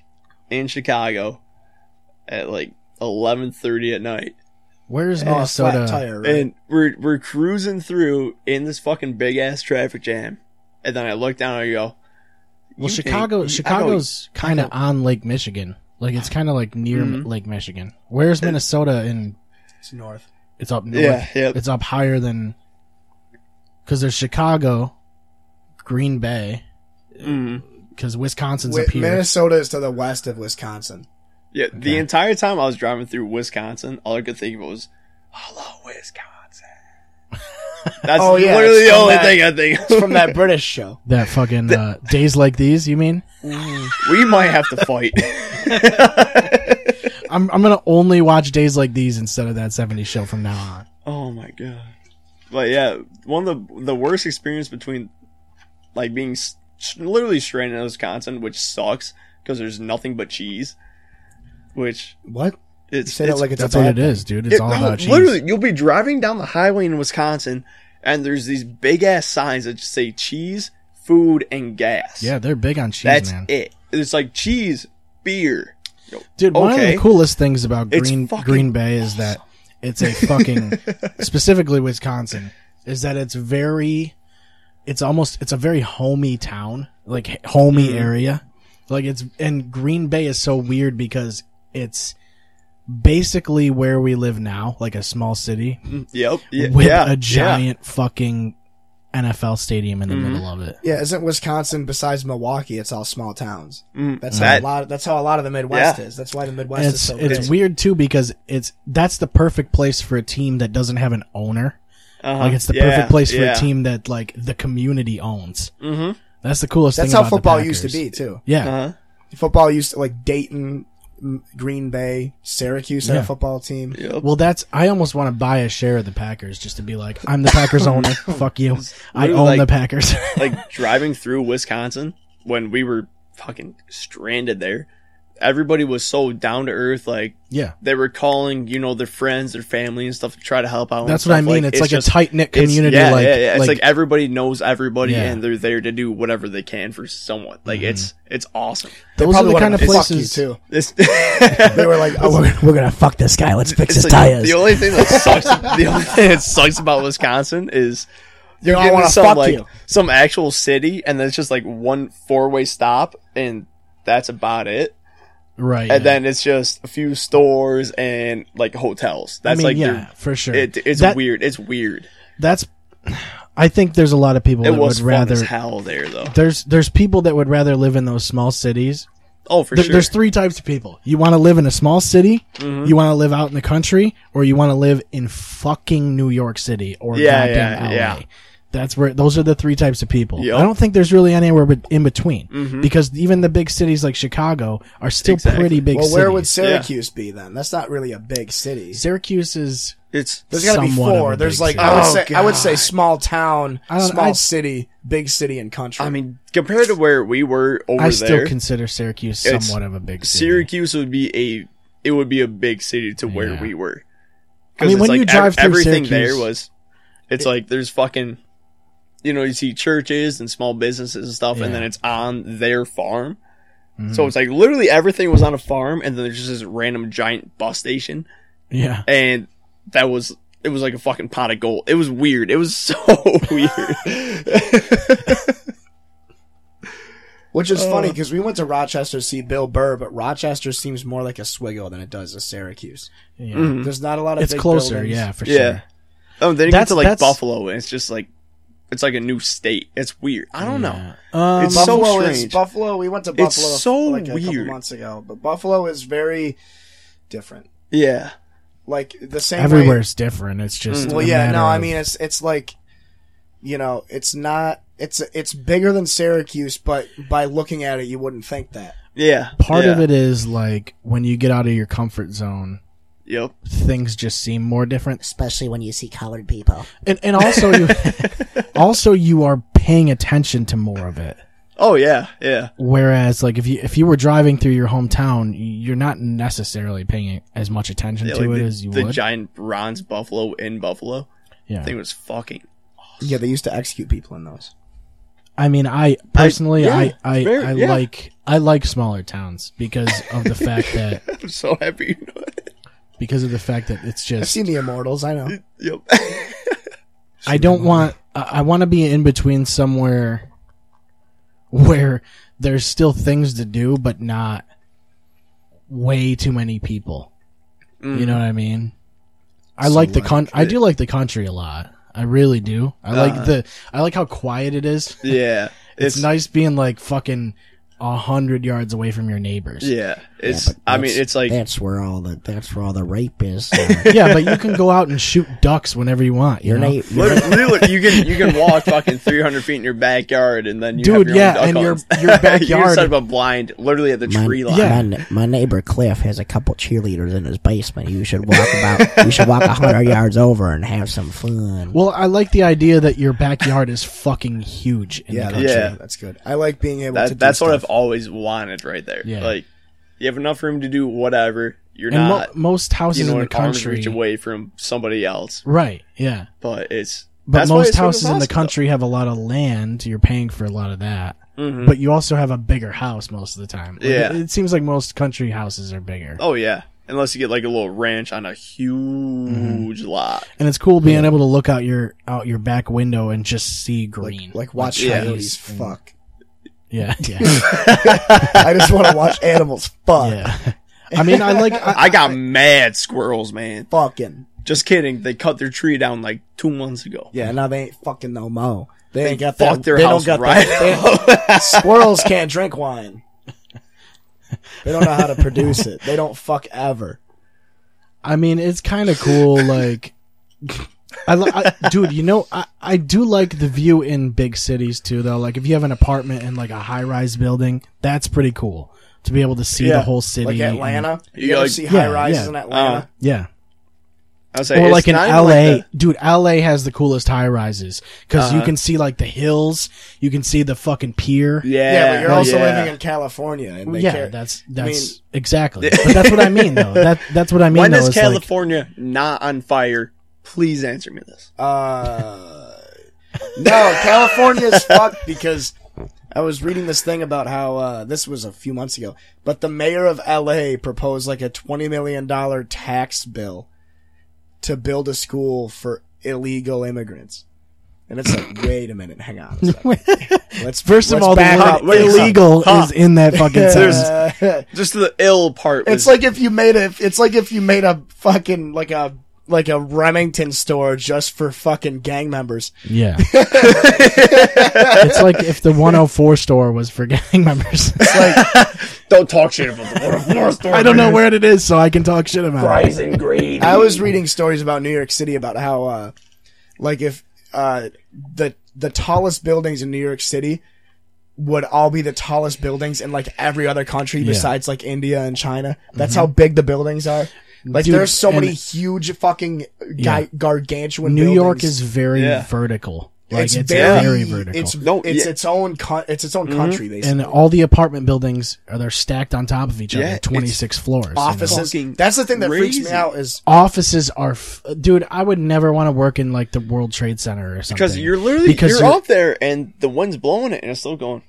C: in Chicago at like eleven thirty at night.
A: Where's
D: Oh, a flat
A: Minnesota?
D: tire, right?
C: And we're we're cruising through in this fucking big ass traffic jam, and then I look down and I go,
A: Well,
C: You
A: Chicago,
C: think-
A: Chicago's kind of on Lake Michigan. Like it's kind of like near
C: Mhm.
A: Lake Michigan. Where's Minnesota? And
D: it's north.
A: it's up north.
C: Yeah,
A: <laughs>
C: yep.
A: It's up higher than because there's Chicago, Green Bay,
C: Mm.
A: because Wisconsin's
D: Wi-
A: up here.
D: Minnesota is to the west of Wisconsin.
C: Yeah, the entire time I was driving through Wisconsin, all I could think of was, "Hello,
D: <laughs>
C: Wisconsin." That's
D: Oh, yeah,
C: literally
D: it's
C: the
D: from
C: only
D: that-
C: thing I think.
D: It's from that British show.
A: that fucking uh, days like these. You mean?
C: <laughs> we might have to fight.
A: I'm I'm gonna only watch days like these instead of that '70s show from now on.
C: <laughs> oh my god! But yeah, one of the the worst experience between like being s- literally stranded in Wisconsin, which sucks because there's nothing but cheese, which
D: <laughs> What? You
C: it's
D: said it
C: it's
D: like it's
A: That's
D: a
A: what
D: bad
A: it is, dude. It's
C: It-
A: all
C: no,
A: about cheese.
C: Literally, you'll be driving down the highway in Wisconsin, and there's these big ass signs that just say cheese, food, and gas.
A: Yeah, they're big on cheese,
C: that's
A: man.
C: it. It's like cheese, beer.
A: Dude, one of
C: Okay.
A: the coolest things about
C: It's
A: Green
C: fucking
A: Green Bay is that it's a
C: <laughs>
A: fucking specifically Wisconsin is that it's very it's almost it's a very homey town, like h- homey
C: Mm.
A: area. Like it's and Green Bay is so weird because it's basically where we live now, like a small city
C: Yep. Yeah.
A: with
C: yeah,
A: a giant fucking NFL stadium in the
C: Mm-hmm.
A: middle of it.
D: Yeah, isn't Wisconsin besides Milwaukee? It's all small towns.
C: yeah. Mm,
D: That's
C: that-
D: how a lot. That's how a lot of the Midwest
C: Yeah.
D: is. That's why the
A: And
D: Midwest is
A: it's
D: so
A: it's
D: big.
A: weird too because it's that's the perfect place for a team that doesn't have an owner.
C: uh-huh,
A: Like it's the
C: yeah,
A: perfect place for
C: yeah.
A: a team that like the community owns.
C: Mhm.
A: That's the coolest
D: That's
A: thing.
D: how
A: about the
D: football used to
A: Packers.
D: be too.
A: Yeah,
C: Uh-huh.
D: Football used to like Dayton, M- Green Bay, Syracuse had
A: Yeah.
D: a football team.
C: Yep.
A: Well, that's. I almost want to buy a share of the Packers just to be like, I'm the
C: <laughs>
A: Packers owner. Fuck you. I
C: literally
A: own
C: like-
A: the Packers. <laughs>
C: like driving through Wisconsin when we were fucking stranded there. Everybody was so down to earth, like
A: yeah,
C: they were calling, you know, their friends, their family, and stuff to try to help out. and
A: that's what I
C: stuff.
A: mean. it's like
C: just-
A: a tight knit
C: It's-
A: community.
C: yeah,
A: like,
C: yeah, yeah. It's like,
A: like,
C: everybody knows everybody,
A: Yeah.
C: and they're there to do whatever they can for someone. Like it's
A: Mm-hmm.
C: it's awesome.
A: those are
D: Probably
A: the kind
D: wanted
A: of
D: to fuck you,
A: places.
D: too.
C: <laughs> It's,
D: They
A: <laughs>
D: were like, oh, we're, we're gonna fuck this guy.
C: <laughs>
D: Let's fix
C: it's
D: his
C: like
D: tires.
C: the only thing that sucks. the only thing that sucks about Wisconsin is
D: You're gonna
C: get into
D: want to
C: some
D: fuck
C: like
D: you.
C: some actual city, and there's just like one four way stop, and that's about it.
A: right?
C: And
A: yeah.
C: then it's just a few stores and like hotels.
A: I
C: That's
A: mean,
C: like your-
A: yeah, for sure.
C: It, it's
A: That-
C: weird. It's weird.
A: That's. I think there's a lot of people
C: It
A: that
C: was
A: would
C: fun
A: rather.
C: as hell there though.
A: There's there's people that would rather live in those small cities
C: Oh, for
A: There-
C: sure. Mm-hmm.
A: There's three types of people. You want to live in a small city, you want to live out in the country, or you want to live in fucking New York City or
C: Yeah,
A: goddamn
C: yeah,
A: LA.
C: yeah.
A: That's where those are the three types of people.
C: Yep.
A: I don't think there's really anywhere be- in between because even the big cities like Chicago are still
C: Mm-hmm. Exactly.
A: pretty big.
D: Well, where would
A: cities.
D: Syracuse be then? That's not really a big city.
A: Syracuse is?
C: It's
D: There's got to be
A: somewhat of
D: four.
A: a
D: There's
A: big
D: like
A: city.
D: I would
C: Oh,
D: say I would
C: God.
D: say small town,
A: I don't-
D: small
A: I'd-
D: city, big city, and country.
C: I mean, compared to where we were over
A: I still
C: there,
A: consider Syracuse
C: It's
A: somewhat of a big city.
C: Syracuse would be a it would be a big city to where
A: Yeah.
C: we were.
A: I mean,
C: it's
A: when you
C: ev-
A: drive through
C: everything
A: Syracuse-
C: there was, it's like there's fucking, you know, you see churches and small businesses and stuff,
A: Yeah. Mm.
C: and then it's on their farm.
A: Mm-hmm.
C: So it's like literally everything was on a farm, and then there's just this random giant bus station,
A: Yeah,
C: and that was it was like a fucking pot of gold. It was weird. It was <laughs> so
A: <laughs>
C: weird.
D: Which is funny because we went to Rochester to see Bill Burr, but Rochester seems more like a Swiggle than it does a Syracuse.
A: yeah.
C: Mm.
D: There's not a lot of
A: it's
D: big
A: closer.
D: buildings.
A: Yeah, for
C: Mm-hmm. Yeah.
A: sure.
C: oh, then you
A: That's-
C: get to like
A: that's-
C: Buffalo, and it's just like it's like a new state. It's weird. I don't know.
A: Um,
C: It's so
D: Uh, Buffalo is
C: strange.
D: Buffalo. We went to Buffalo
C: It's so
D: like a couple
C: weird.
D: months ago, but Buffalo is very different.
C: Yeah.
D: Like the same way,
A: everywhere's different. It's just
D: Mm, Well,
A: a
D: yeah,
A: matter
D: no, I
A: of-
D: mean it's it's like, you know, it's not it's it's bigger than Syracuse, but by looking at it, you wouldn't think that.
C: Yeah.
A: part of
C: yeah.
A: it is like when you get out of your comfort zone
C: Yep.
A: things just seem more different
F: especially when you see colored people.
A: and, and also
C: <laughs>
A: you also you are paying attention to more of it
C: Oh yeah, yeah.
A: whereas like if you if you were driving through your hometown you're not necessarily paying as much attention
C: yeah
A: to
C: like
A: it
C: the,
A: as you
C: the
A: would
C: giant bronze buffalo in Buffalo.
A: yeah
C: I think it was fucking. <laughs>
D: Yeah, they used to execute people in those.
A: i mean i personally
C: yeah,
A: i i,
C: very-
A: I
C: yeah. <laughs>
A: like i like smaller towns because of the fact that
C: I'm so happy you know it.
A: because of the fact that it's
D: I've
A: just
D: seen the Immortals. I know.
C: Yep.
A: I don't want I, I want to be in between somewhere where there's still things to do but not way too many people. You
C: Mm.
A: know what I mean? I like the con I do like the country a lot. I really do. I like the I like how quiet it is.
C: <laughs> yeah.
A: It's,
C: Uh. It's, not.
A: nice being like fucking a hundred yards away from your neighbors.
C: Yeah. It's.
F: but
C: I mean,
F: that's-
C: it's like
F: that's where all the that's where all the rape <laughs> is. Uh,
A: Yeah, but you can go out and shoot ducks whenever you want. You
F: your
A: know?
F: name,
A: <laughs>
F: your,
C: Lit- Literally, you can you can walk fucking 300 feet in your backyard, and then you
A: Dude,
C: have your
A: yeah,
C: own duck
A: and your-
C: hunts. <laughs>
A: your
C: you
A: backyard-
C: can set up a blind, literally at the
F: my,
C: tree line.
A: Yeah.
F: my ne- my neighbor Cliff has a couple cheerleaders in his basement. You should walk about. you should walk a <laughs> hundred yards over and have some fun.
A: Well, I like the idea that your backyard is fucking huge. In
D: Yeah,
A: the
D: that's,
A: country.
C: Yeah.
D: that's good. I like being able to.
C: That,
D: do
C: that's what I've
D: stuff.
C: always wanted, right there.
A: Yeah.
C: Like, you have enough room to do whatever. You're
A: And mo-
C: not,
A: most houses
C: you know,
A: in
C: an
A: the
C: arm's
A: country,
C: reach away from somebody else.
A: right? Yeah,
C: But it's
A: but
C: that's why
A: most
C: it's so
A: houses in the
C: impossible.
A: country have a lot of land. You're paying for a lot of that,
C: Mm-hmm.
A: but you also have a bigger house most of the time. Like,
C: Mm. Yeah.
A: it, it seems like most country houses are bigger,
C: Oh yeah, unless you get like a little ranch on a huge
A: Mm-hmm.
C: lot.
A: and it's cool being able to look out your out your back window and just see green.
D: like, like watch
C: Yeah.
D: coyotes.
A: And-
D: Fuck.
A: yeah, <laughs> yeah,
C: <laughs>
D: I just want to watch animals. Fuck.
A: yeah. I mean, I like. I,
C: I got mad squirrels, man.
D: Fucking.
C: Just kidding. They cut their tree down like two months ago.
D: Yeah. Now they ain't fucking no mo. They, ain't got
C: Fuck
D: that.
C: their
D: they
C: house
D: don't got
C: right
D: that. They- squirrels
C: <laughs>
D: can't drink wine. They don't know how to produce it. They don't fuck ever.
A: I mean, it's kind of cool.
D: <laughs>
A: Like, I, li- I dude, you know, I, I do like the view in big cities too, though. Like, if you have an apartment in like a high rise building, that's pretty cool to be able to see the
D: Yeah,
A: whole city.
D: Like
A: and-
D: Atlanta. You,
C: You
D: ever
C: like-
D: see
C: Yeah,
D: high rises
A: yeah.
D: in Atlanta?
C: Uh,
A: yeah.
C: <laughs> I was like,
A: Or
C: it's
A: like in
C: not
A: LA,
C: even like
A: dude. LA has the coolest high rises because
D: Uh-huh.
A: you can see like the hills, you can see the fucking pier.
C: the- yeah, Oh,
D: yeah, but you're also
C: yeah.
D: living in California, and they
A: yeah.
D: care.
A: That's
D: I
A: that's
D: mean- <laughs>
A: exactly. But that's what I mean, though. That that's what I mean.
C: when
A: though,
C: is
A: it's like-
C: California not on fire? Please answer me this.
D: Uh, no, California's fucked because I was reading this thing about how uh, this was a few months ago, but the mayor of LA proposed like a twenty million dollar tax bill to build a school for illegal immigrants. And it's like, wait a minute, hang on. A second. <laughs> Let's
A: First of
D: let's
A: all, the
D: back
A: word
D: up.
C: wait,
A: illegal
C: huh.
A: is in that
D: <laughs>
A: fucking sentence.
D: Uh,
C: Just the ill part. Was,
D: It's like if you made a. It's like if you made a fucking like a like a Remington store just for fucking gang members.
A: Yeah. it's like if the 104 store was for gang members.
C: <laughs> don't talk shit about the
A: <laughs>
C: world war story.
A: I don't know where it is, so I can talk shit about it.
D: I was reading stories about New York City about how uh, like if uh the the tallest buildings in New York City would all be the tallest buildings in like every other country besides like India and China. That's how big the buildings are. Like
A: Mm-hmm. Dude,
D: there's so many
A: and-
D: huge fucking
A: Yeah.
D: gi- gargantuan.
A: New York
D: buildings.
A: is very
C: Yeah.
A: vertical. Like it's,
D: very-
A: very, vertical.
D: It's
C: No,
D: it's
C: yeah. Mm-hmm.
D: its own co- it's its own country basically.
A: and all the apartment buildings are they're stacked on top of each
C: Yeah,
A: other,
C: it's
A: 26 floors. you know?
D: offices.
C: Fucking
D: That's the thing that freaks me
C: crazy.
D: out is
A: Offices are, f- dude. I would never want to work in like the World Trade Center or something
C: because you're literally
A: Because
C: you're,
A: <laughs> you're-
C: up there and the wind's blowing it and it's still going.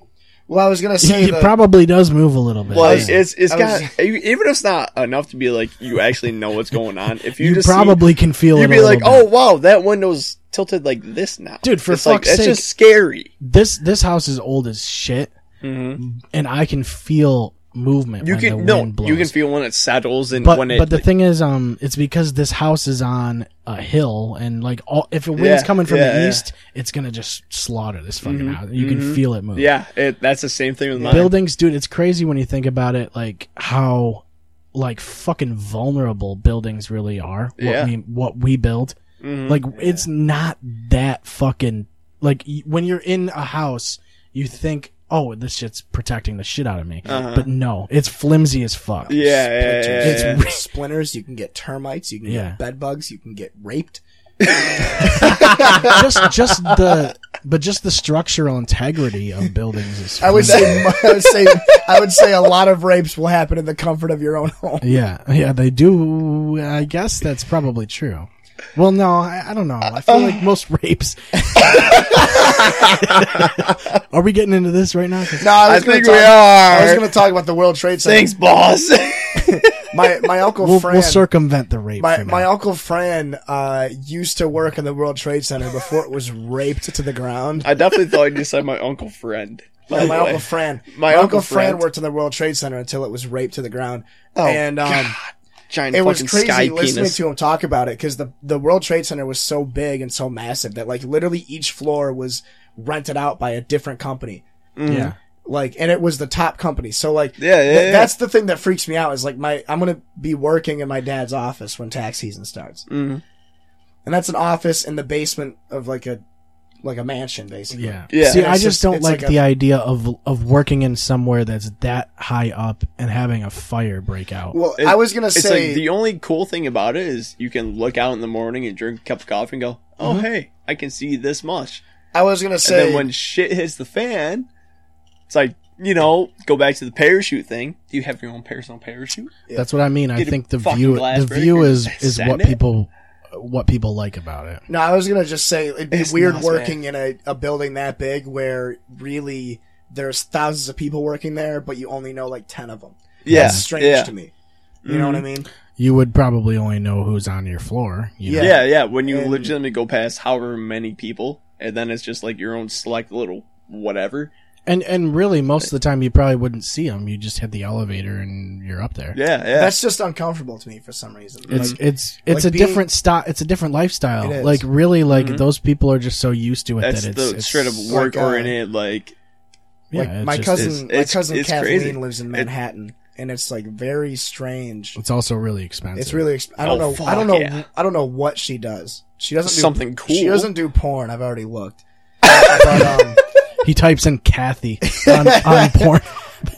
D: well, I was
A: <laughs>
D: gonna say
A: It
D: the,
A: probably does move a little bit.
C: Like
A: yeah.
C: it's it's
D: I
C: got e-,
D: was-
C: even if it's not enough to be like you actually know what's going on. If you,
A: you
C: just see-
A: probably can feel it.
C: you'd
A: a
C: be like,
A: little bit.
C: oh wow, that window's tilted like this now,
A: Dude, for
C: It's like,
A: fuck's
C: that's
A: sake.
C: just scary.
A: this this house is old as shit, and I can feel movement.
C: Mm-hmm. You
A: when the
C: can no,
A: wind blows.
C: you can feel when it settles and
A: But
C: when it.
A: but the thing is, um, it's because this house is on a hill, and like all if a wind's
C: Yeah,
A: coming from
C: yeah,
A: the
C: yeah. Mm-hmm.
A: east, it's gonna just slaughter this fucking house. You can feel it move.
C: yeah, it, that's the same thing with mine.
A: buildings, dude. It's crazy when you think about it, like how like fucking vulnerable buildings really are. What
C: Yeah. Mm-hmm.
A: we what we build, like it's not that fucking like y- when you're in a house, you think. Oh, this shit's protecting the shit out of me. But no, it's flimsy as fuck.
C: Uh-huh. yeah, yeah, yeah,
D: It's
C: yeah.
D: with splinters. You can get termites. You can
A: Yeah.
D: get bed bugs. You can get raped.
A: just just the but just the structural integrity of buildings is
D: <laughs> I would say. I would say. I would say a lot of rapes will happen in the comfort of your own home.
A: yeah yeah they do i guess that's probably true Well, no, I, I don't know. I feel
D: Uh.
A: like most
D: <laughs>
A: rapes. Are we getting into this right now? 'Cause
D: No, I,
C: I
D: was gonna
C: think
D: talk-
C: we
D: I was
C: are.
D: going to talk about the World Trade Center.
C: Thanks, boss. <laughs>
D: My my uncle
A: We'll,
D: Fran.
A: we'll circumvent the rape.
D: my
A: for now.
D: my uncle Fran uh, used to work in the World Trade Center before it was raped to the
C: <laughs>
D: ground.
C: I definitely thought you said my uncle friend. By
D: Yeah,
C: the
D: my
C: way.
D: uncle Fran.
C: My
D: My, uncle,
C: Uncle
D: Fran
C: Fran.
D: worked in the World Trade Center until it was raped to the ground. and um,
C: giant
D: it was
C: fucking
D: crazy
C: sky
D: listening
C: penis.
D: to him talk about it because the the World Trade Center was so big and so massive that like literally each floor was rented out by a different company.
A: yeah.
D: Like, and it was the top company. So like,
C: Yeah, yeah, yeah.
D: that's the thing that freaks me out is like my I'm gonna be working in my dad's office when tax season starts,
C: Mhm.
D: and that's an office in the basement of like a like a mansion basically.
A: Yeah.
C: Yeah.
A: See,
D: And
A: I
D: it's
A: just,
D: just-
A: don't
D: it's
A: like,
D: like
A: the
D: a-
A: idea of of working in somewhere that's that high up and having a fire break out.
D: Well,
C: It-
D: I was gonna
C: It's
D: say
C: like the only cool thing about it is you can look out in the morning and drink a cup of coffee and go, "Oh hey, I can see this much."
D: I was gonna
C: And
D: say
C: then when shit hits the fan, it's like you know, go back to the parachute thing. Do you have your own personal parachute?
A: that's what I mean. I
C: Get a
A: think the
C: fucking
A: view
C: glass
A: the
C: break
A: view
C: or
A: is is
C: send
A: what
C: it.
A: people what people like about it.
D: No, I was gonna just say it'd be
C: It's
D: weird
C: nuts,
D: working in a, a building that big where really there's thousands of people working there, but you only know like ten of them.
C: Yeah,
D: That's strange
C: yeah.
D: to me. You know
A: Mm.
D: what I mean?
A: You would probably only know who's on your floor. You know?
D: Yeah.
C: Yeah, yeah. When you
D: And-
C: legitimately go past however many people, and then it's just like your own select little whatever.
A: And and really, most of the time, you probably wouldn't see them. You just hit the elevator and you're up there.
C: Yeah, yeah.
D: That's just uncomfortable to me for some reason.
A: It's
D: Like,
A: it's it's
D: like
A: a
D: being-
A: different style. It's a different lifestyle.
D: It is.
A: Like really, like those people are just so used to it
C: Mm-hmm. That's
A: that it's,
C: the
A: it's
C: straight up work oriented. Like,
A: Yeah,
D: like,
A: it's
D: my
A: just-
D: cousin,
C: it's-
D: my
C: it's-
D: cousin
C: it's
D: Kathleen
C: crazy.
D: lives in Manhattan, and it's like very strange.
A: It's also really expensive.
D: It's really ex- I don't
C: Oh,
D: know I don't know
C: fuck, yeah.
D: I don't know what she does. She doesn't do,
C: Something cool.
D: She doesn't do porn. I've already looked.
C: <laughs>
D: but, um,
A: He types in
D: <laughs>
A: Kathy on, on porn.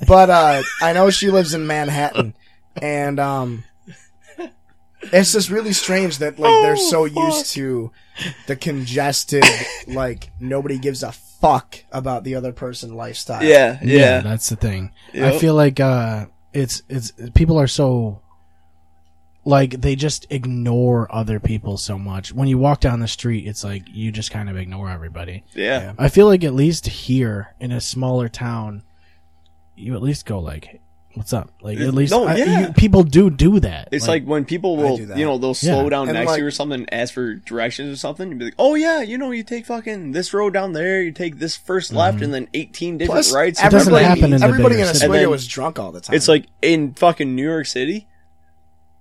D: but uh, I know she lives in Manhattan, and um, it's just really strange that like they're so used to the congested, like nobody gives a fuck about the other person lifestyle.
C: yeah, yeah,
A: that's the thing. I
C: Yep.
A: feel like uh, it's it's people are so like they just ignore other people so much. When you walk down the street, it's like you just kind of ignore everybody.
C: yeah,
A: I feel like at least here in a smaller town, you at least go like, "What's up?" Like
D: Uh,
A: at least
C: No,
A: I-
C: yeah.
A: you- people do do that.
C: It's like, when people will,
D: do that.
C: you know, they'll slow
A: Yeah.
C: down
D: And,
C: next to you
D: like-
C: or something, and ask for directions or something, and be like, "Oh yeah, you know, you take fucking this road down there, you take this 1st
A: Mm-hmm.
C: left, and then eighteen different
D: Plus,
C: rights."
A: It doesn't
D: everybody,
A: happen in the
D: everybody
A: bigger
D: in
A: city.
D: Oswego
C: And then-
D: was drunk all the time.
C: It's like in fucking New York City,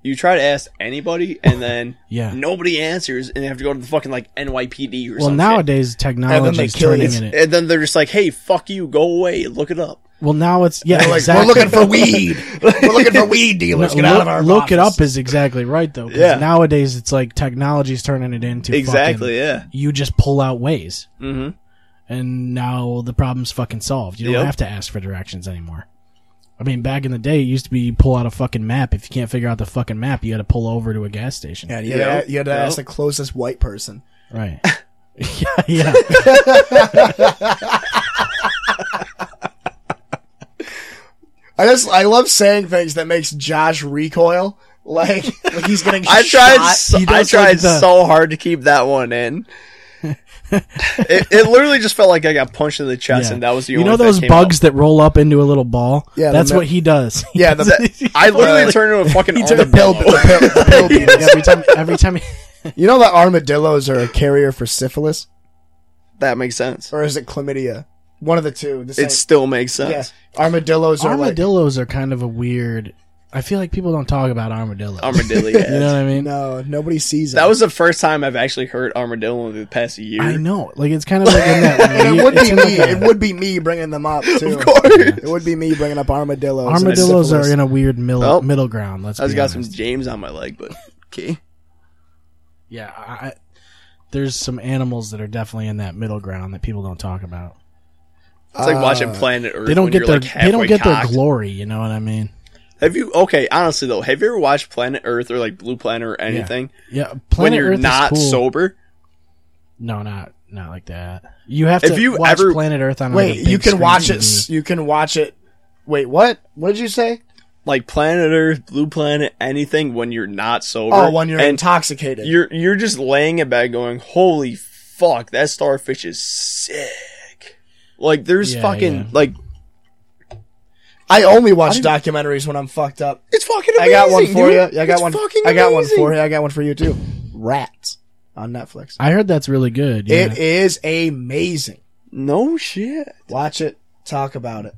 C: you try to ask anybody, and then
A: <laughs> Yeah.
C: nobody answers, and they have to go to the fucking like NYPD or
A: well,
C: some shit.
A: nowadays technology is
D: kill you.
A: turning in it.
C: and then they're just like, "Hey, fuck you, go away, look it up."
A: Well, now it's yeah,
D: They're like,
A: exactly.
D: we're looking
A: <laughs>
D: for weed. we're looking for weed
A: No,
D: dealers. Get out
A: look,
D: of our
A: look it
D: office.
A: up is exactly right though. 'cause
C: Yeah.
A: Nowadays, it's like technology's turning it into fucking-
C: Exactly, yeah.
A: you just pull out ways,
C: Mhm.
A: and now the problem's fucking solved. You don't
C: Yep.
A: have to ask for directions anymore. I mean, back in the day, it used to be you pull out a fucking map. If you can't figure out the fucking map, you had to pull over to a gas station.
D: Yeah, you had,
C: Yeah.
D: to, you had to
C: Yeah.
D: ask the closest white person.
A: Right. <laughs> yeah, yeah.
D: I just I love saying things that makes Josh recoil. Like, <laughs> like he's getting
C: I tried.
D: shot.
C: So,
A: He
C: I
A: does,
C: tried
A: like, the-
C: so hard to keep that
A: <laughs>
C: one in. it, it literally just felt like I got punched in the chest,
A: yeah.
C: and that was the
A: you
C: only.
A: know
C: thing
A: those
C: that came
A: bugs that roll up into a little ball.
D: Yeah, the
A: that's
D: mil-
A: what he does.
D: Yeah,
C: <laughs>
D: the,
C: up.
A: <laughs>
C: I literally turned into a fucking
D: the pill,
C: armadillo.
D: the pill, the
C: <laughs>
D: pill beaters.
A: every time, every time.
D: You know that armadillos are a carrier for syphilis,
C: That makes sense.
D: or is it chlamydia? One of the two. The same.
C: It still makes sense.
D: yeah. Armadillos are
A: armadillos are kind of a weird. I feel like people don't talk about armadillos. <laughs>
C: Armadillo.
A: You know what I mean?
D: like no, nobody sees them.
C: That was the first time I've actually heard armadillo in the past year.
A: I know. Like it's kind of like in that.
D: And it would
A: it's
D: be
A: in, like,
D: me.
C: <laughs>
A: a-
D: It would be me bringing them up too. Of
C: course.
D: it would be me bringing up armadillos. and
A: Armadillos are
D: syphilis.
A: in a weird middle
C: Well,
A: middle ground. Let's.
C: I just
A: be
C: got some
A: honest.
C: James on my leg, but okay.
A: Yeah, I, I, there's some animals that are definitely in that middle ground that people don't talk about.
C: It's like watching Planet
A: Uh,
C: Earth.
A: They don't
C: when
A: get their
C: you're, like,
A: they don't
C: halfway
A: get
C: cocked.
A: their glory. You know what I mean?
C: Have you okay? Honestly though, have you ever watched Planet Earth or like Blue Planet or anything
A: Yeah,
C: when
A: planet
C: you're
A: Earth
C: not
A: is cool.
C: sober?
A: No, not not like that. You have
C: If
A: to
C: you
A: watch
C: ever-
A: Planet Earth on. like, a
D: Wait,
A: big
D: you can
A: screen
D: watch it.
A: TV.
D: You can watch it. Wait, what? What did you say?
C: like planet Earth, Blue Planet, anything when you're not sober.
D: Oh, when you're
C: and
D: intoxicated.
C: you're you're just laying in bed going, "Holy fuck, that starfish is sick!" Like there's
A: Yeah,
C: fucking
A: yeah.
C: like
D: I only watch documentaries when I'm fucked up.
C: it's fucking.
D: I
C: Amazing,
D: got one for
C: dude.
D: you. I got
C: It's
D: one.
C: Fucking
D: I got one
C: amazing.
D: for you. I got one for you too. Rats on Netflix.
A: I heard that's really good. Yeah.
D: It is amazing.
C: No shit.
D: Watch it. Talk about it.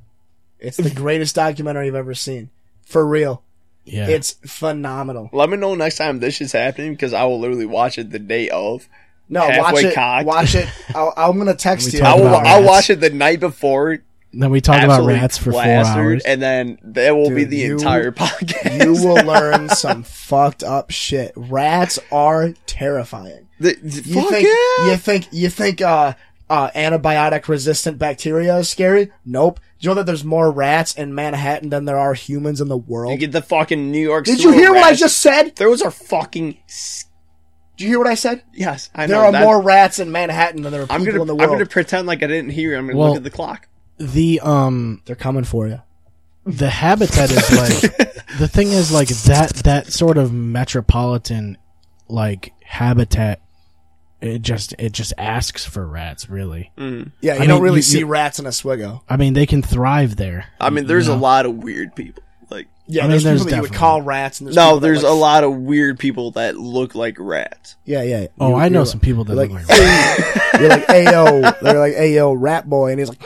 D: It's the greatest documentary I've ever seen. For real,
A: yeah.
D: it's phenomenal.
C: Let me know next time this is happening because I will literally watch it the day of.
D: No, watch
C: Halfway
D: it.
C: cocked.
D: Watch
C: <laughs>
D: it. I'll, I'm gonna text
A: We
D: you.
A: talk
C: I will.
A: about
C: I'll
A: rats.
C: watch it the night before.
A: then we talk about
C: absolutely
A: rats for four
C: plastered,
A: hours.
C: and then that will be
D: Dude,
C: the
D: you-
C: entire podcast.
D: You will learn some fucked up shit. Rats are terrifying.
C: <laughs> The- the-
D: You
C: fuck
D: think
C: yeah.
D: you think you think uh uh antibiotic resistant bacteria is scary? Nope. Do you know that there's more rats in Manhattan than there are humans in the
C: You
D: world?
C: get the fucking New York.
D: Did you
C: sewer
D: hear what I
C: rats.
D: just said?
C: Those are fucking. s-
D: Did you hear what I said?
C: Yes, I know.
D: There are
C: that-
D: more rats in Manhattan than there are people
C: I'm gonna.
D: in the
C: I'm
D: world.
C: gonna pretend like I didn't hear. I'm gonna
A: Well-
C: look at the clock.
A: the um
D: They're coming for you.
A: the habitat is
D: <laughs>
A: like the thing is like that that sort of metropolitan like habitat it just it just asks for rats really.
C: Mm.
D: Yeah, you
A: I
D: don't
A: mean,
D: really
A: you-
D: see
A: you-
D: rats in Oswego.
A: I mean they can thrive there.
C: I mean, there's
A: you
C: a
A: know?
C: lot of weird people. Like,
A: I
D: Yeah,
A: mean,
D: there's,
A: there's
D: people that you would
A: definitely-
D: call rats, and there's
C: no,
D: people that,
C: there's
D: like,
C: a lot of weird people that look like rats.
D: Yeah, yeah.
A: Oh,
D: You-
A: I know
D: you're
A: some people that
D: like-
A: look like rats.
D: <laughs> You're like, ayo. They're like, ayo, rat boy, and he's like,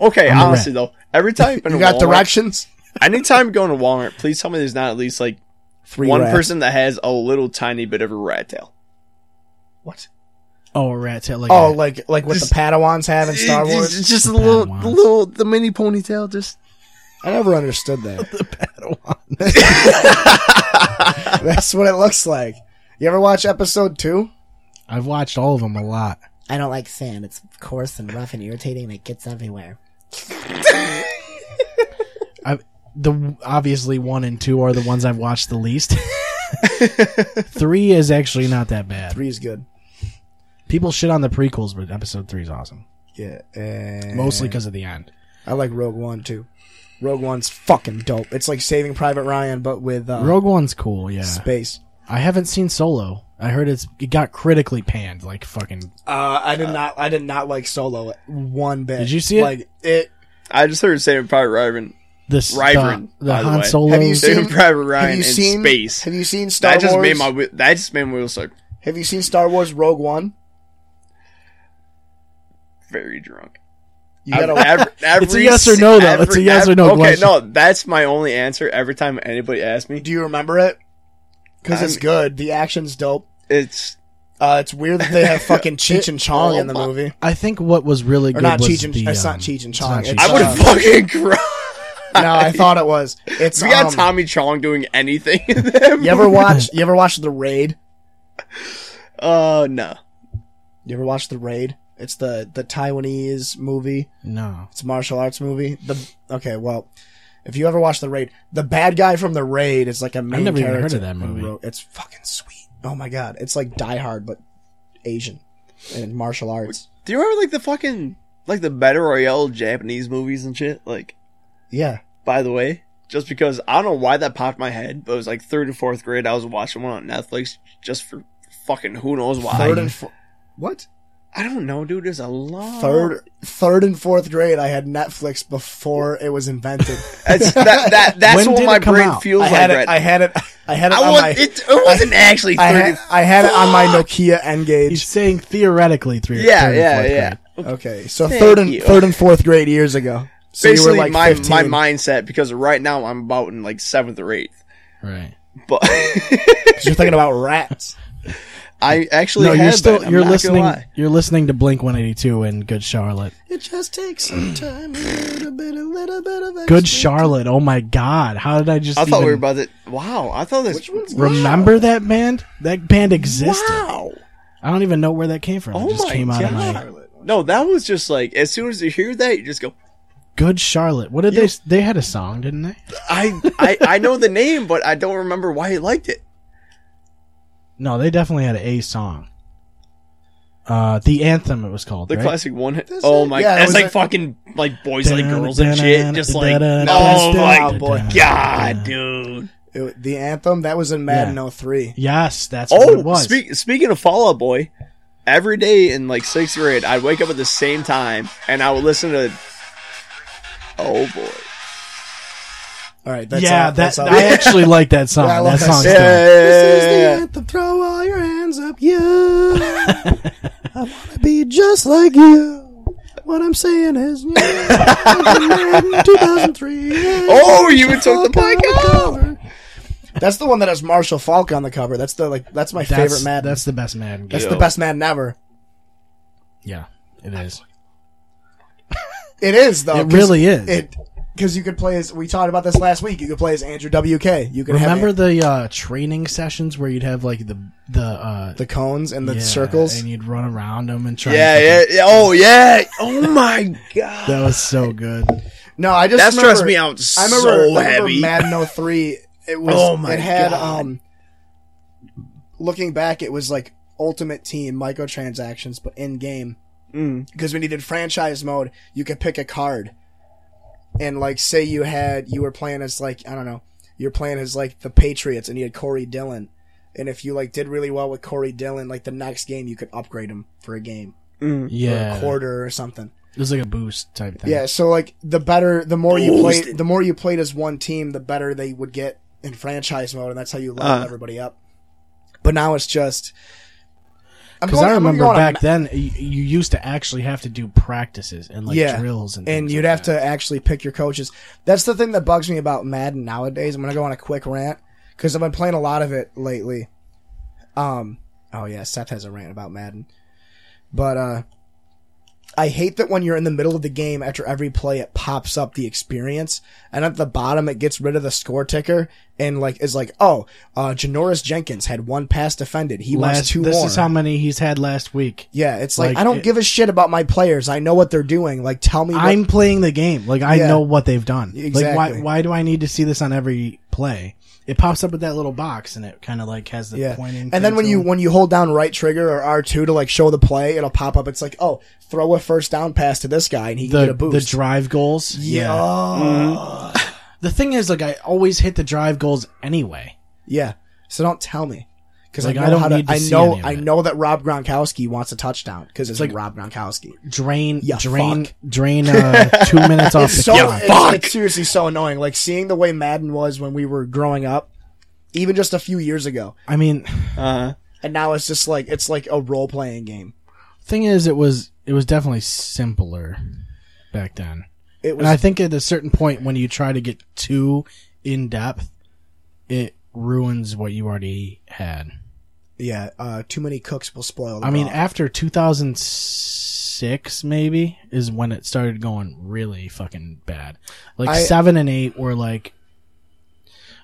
C: Okay,
A: I'm a
C: honestly though, every
D: <laughs>
C: time I've been
D: you
C: to
D: got
C: Walmart-
D: directions?
C: anytime going to Walmart, please tell me there's not at least like
D: Three
C: one
D: rats.
C: person that has a little tiny bit of a rat tail.
D: What?
A: Oh, a rat tail like a-
D: Oh, like like what
C: Just-
D: the Padawans have in <laughs> Star
C: It-
D: Wars.
C: It's just a little,
A: Padawans.
C: the little, the mini ponytail. Just
D: I never
A: <laughs>
D: understood that. the Padawan. <laughs> That's what it looks like. You ever watch episode two?
A: I've watched all of them a lot.
F: I don't like sand. It's coarse and rough and irritating and it gets everywhere.
A: I the obviously one and two are the ones I've watched the
D: <laughs>
A: least. three is actually not that bad.
D: Three's good.
A: People shit on the prequels, but episode three is awesome.
D: Yeah. And
A: Mostly because of the end.
D: I like Rogue One too. Rogue One's fucking dope. It's like Saving Private Ryan, but with uh,
A: Rogue One's cool, yeah.
D: space.
A: I haven't seen Solo. I heard it's it got critically panned, like fucking.
D: Uh, I did not. I did not like Solo one bit.
A: Did you see it?
D: Like it.
C: I just heard Saving Private Ryan.
A: The s-
C: Ryvern,
A: the, the
C: by the
A: Han
C: way.
A: Solo.
D: Have you seen-
C: Saving Private Ryan
D: have you
C: in
D: seen
C: space.
D: Have you seen Star
C: That just
D: Wars?
C: made my wi- that just made my wheels like
D: Have you seen Star Wars Rogue One?
C: very drunk.
D: You gotta.
C: Ev- every
A: It's a yes or
C: si-
A: no, though. It's a yes or no
C: Okay,
A: question.
C: no, that's my only answer. Every time anybody asks me,
D: do you remember it? Because it's
C: I'm-
D: good. The action's dope.
C: it's
D: Uh, it's weird that they have <laughs> fucking Cheech and Chong in the <laughs> movie.
A: I think what was really
D: Or
A: good
D: not
A: was
D: Cheech and-
A: the.
D: it's not
A: um,
D: Cheech and
A: it's
D: Chong,
A: not
D: it's,
A: Cheech
C: I
A: and
C: would
A: Chong.
D: Uh,
C: have fucking cried.
A: <laughs>
D: No, I thought it was. It's
C: <laughs> We got
D: um,
C: Tommy Chong doing anything. In them.
A: <laughs>
D: You ever watch? You ever watch The Raid?
C: <laughs> Uh, no.
D: You ever watch The Raid? It's the the Taiwanese movie.
A: No.
D: It's a martial arts movie. The okay, well, if you ever watch The Raid, the bad guy from The Raid is like a main
A: never even heard
D: character
A: of that
D: who
A: movie.
D: wrote- It's fucking sweet. Oh my god, it's like Die Hard but Asian and martial arts.
C: Do you remember like the fucking like the battle royale Japanese movies and shit? Like,
D: Yeah,
C: by the way, just because I don't know why that popped my head, but it was like third and fourth grade. I was watching one on Netflix just for fucking who knows why.
D: third and four, what?
C: I don't know, dude. There's a lot.
D: Third, third and fourth grade, I had Netflix before it was invented.
C: <laughs> That's,
A: <laughs>
C: that, that, that's
A: When
C: what
A: did
C: my
A: it come
C: brain
A: out?
C: feels
D: I
C: like
D: had it.
C: right
D: I had it. I had it
C: I
D: on
C: was,
D: my.
C: it, it wasn't actually 30.
D: I had, I had it on my Nokia N
A: He's
D: gauge.
A: saying theoretically three.
C: yeah,
A: third and
C: yeah,
A: fourth
C: yeah.
A: grade.
D: Okay, so
C: Thank
D: third and
C: you.
D: third and fourth grade years ago. So you
C: Basically,
D: were like
C: my,
D: 15.
C: my mindset, because right now I'm about in like seventh or eighth.
A: Right.
C: But <laughs>
D: 'Cause <laughs> you're thinking about rats.
C: I actually
A: No, you're
C: have
A: still
C: been. I'm
A: you're
C: not gonna
A: listening.
C: lie.
A: You're listening to Blink 182 and Good Charlotte.
D: It just
A: <clears throat>
D: takes some time, a little bit, a little bit of.
A: Good Charlotte. Oh my God! How did I just?
C: I thought we were
A: even-
C: about to. Wow, I thought this.
A: Remember that band? That band existed.
C: Wow.
A: I don't even know where that came from.
C: Oh
A: it just
C: my
A: came out of my
C: God. No, that was just like as soon as you hear that, you just go.
A: Good Charlotte. What did they? They had a song, didn't they?
C: I, I I know the name, but I don't remember why I liked it.
A: No, they definitely had a song. Uh, the anthem it was called.
C: The
A: right?
C: classic one. Oh my!
D: Yeah, it
C: god, it's
D: was
C: like
D: a-
C: fucking like boys like girls and shit. Just like oh
D: da-da-da-da-da-da-da-da-da-da-da-da-da-da.
C: my god, dude.
D: It- the anthem that was in Madden
A: Yeah.
D: 03.
A: Yes, that's what it
C: Oh,
A: was.
C: speak, speaking of Fall Out Boy, every day in like sixth grade, I'd wake up at the same time and I would listen to. Oh boy!
D: All right, that's
A: yeah,
D: all,
A: that,
D: that's all.
A: I
C: <laughs>
A: actually like that song.
D: I
A: that
D: love that
A: song's
D: song.
A: dope.
D: This is the anthem. Throw all your hands up, you.
A: <laughs>
D: I wanna be just like you. What I'm saying
A: <laughs>
D: is, you. I'm Madden 2003.
C: Oh, you even took the mic out.
D: That's the one that has Marshall Falk on the cover. That's the like. That's my
A: That's,
D: favorite Madden.
A: That's the best Madden. game.
D: That's the best Madden ever.
A: Yeah, it is.
D: It is though.
A: It
D: 'cause
A: really is.
D: It because you could play as we talked about this last week. You could play as Andrew WK. You could
A: Remember
D: have
A: the uh, training sessions where you'd have like the the uh,
D: the cones and the
A: yeah,
D: circles.
A: and you'd run around them and try.
C: Yeah,
A: and fucking-
C: yeah, yeah. Oh yeah. Oh my god.
A: That was so good.
D: No, I just
C: That
D: remember,
C: stressed me out so
D: I remember, I remember
C: heavy.
D: Madden 03. It was.
C: Oh my
D: it had
C: God.
D: um. Looking back, it was like Ultimate Team microtransactions, but in game.
C: Mm.
D: because when you did franchise mode, you could pick a card, and like say you had you were playing as like I don't know, you're playing as like the Patriots, and you had Corey Dillon, and if you like did really well with Corey Dillon, like the next game you could upgrade him for a game, or
A: Yeah,
D: a quarter or something.
A: it was like a boost type thing.
D: Yeah, so like the better, the more you played, the more you played as one team, the better they would get in franchise mode, and that's how you level
C: Uh.
D: everybody up. But now it's just. I'm
A: Because
D: going-
A: I
D: I'm
A: remember
D: going on a
A: back then, you, you used to actually have to do practices and like
D: Yeah.
A: drills and
D: and
A: things
D: you'd
A: like
D: have to actually pick your coaches. That's the thing that bugs me about Madden nowadays. I'm gonna go on a quick rant because I've been playing a lot of it lately. Um, oh yeah, Seth has a rant about Madden, but uh, I hate that when you're in the middle of the game after every play, it pops up the experience, and at the bottom it gets rid of the score ticker and like is like, oh, uh, Janoris Jenkins had one pass defended. He
A: that.
D: wants
A: Last,
D: two
A: this
D: more.
A: is how many he's had last week.
D: yeah, it's like,
A: Like,
D: I don't
A: it-
D: give a shit about my players. I know what they're doing. Like, tell me. What,
A: I'm playing the game. Like I
D: Yeah.
A: know what they've done. Like why
D: Exactly.
A: why do I need to see this on every play? It pops up with that little box and it kind of like has the
D: yeah.
A: pointing.
D: And then
A: thing
D: when
A: to
D: you
A: it.
D: when you hold down right trigger or R two to like show the play, it'll pop up. It's like, oh, throw a first down pass to this guy and he can get
A: the
D: a boost.
A: the drive goals.
D: yeah.
A: The thing is, like I always hit the drive goals anyway.
D: Yeah. So don't tell me. Because
A: Like,
D: I know
A: I don't
D: how to,
A: need to
D: I
A: see
D: know
A: any of
D: I
A: it.
D: know that Rob Gronkowski wants a touchdown because it's
A: like-
D: like Rob Gronkowski.
A: Drain,
D: Yeah,
A: drain,
D: fuck. <laughs>
A: drain. Uh, two minutes off the
D: So
A: clock.
D: it's, it's seriously so annoying. Like seeing the way Madden was when we were growing up, even just a few years ago,
A: I mean,
C: Uh,
D: and now it's just like it's like a role playing game.
A: thing is, it was it was definitely simpler back then.
D: It was
A: And I think at a certain point when you try to get too in depth, it ruins what you already had.
D: yeah. Uh, too many cooks will spoil. the
A: I mean,
D: broth.
A: after 2006, maybe, is when it started going really fucking bad. Like,
D: I-
A: 7 and 8 were like.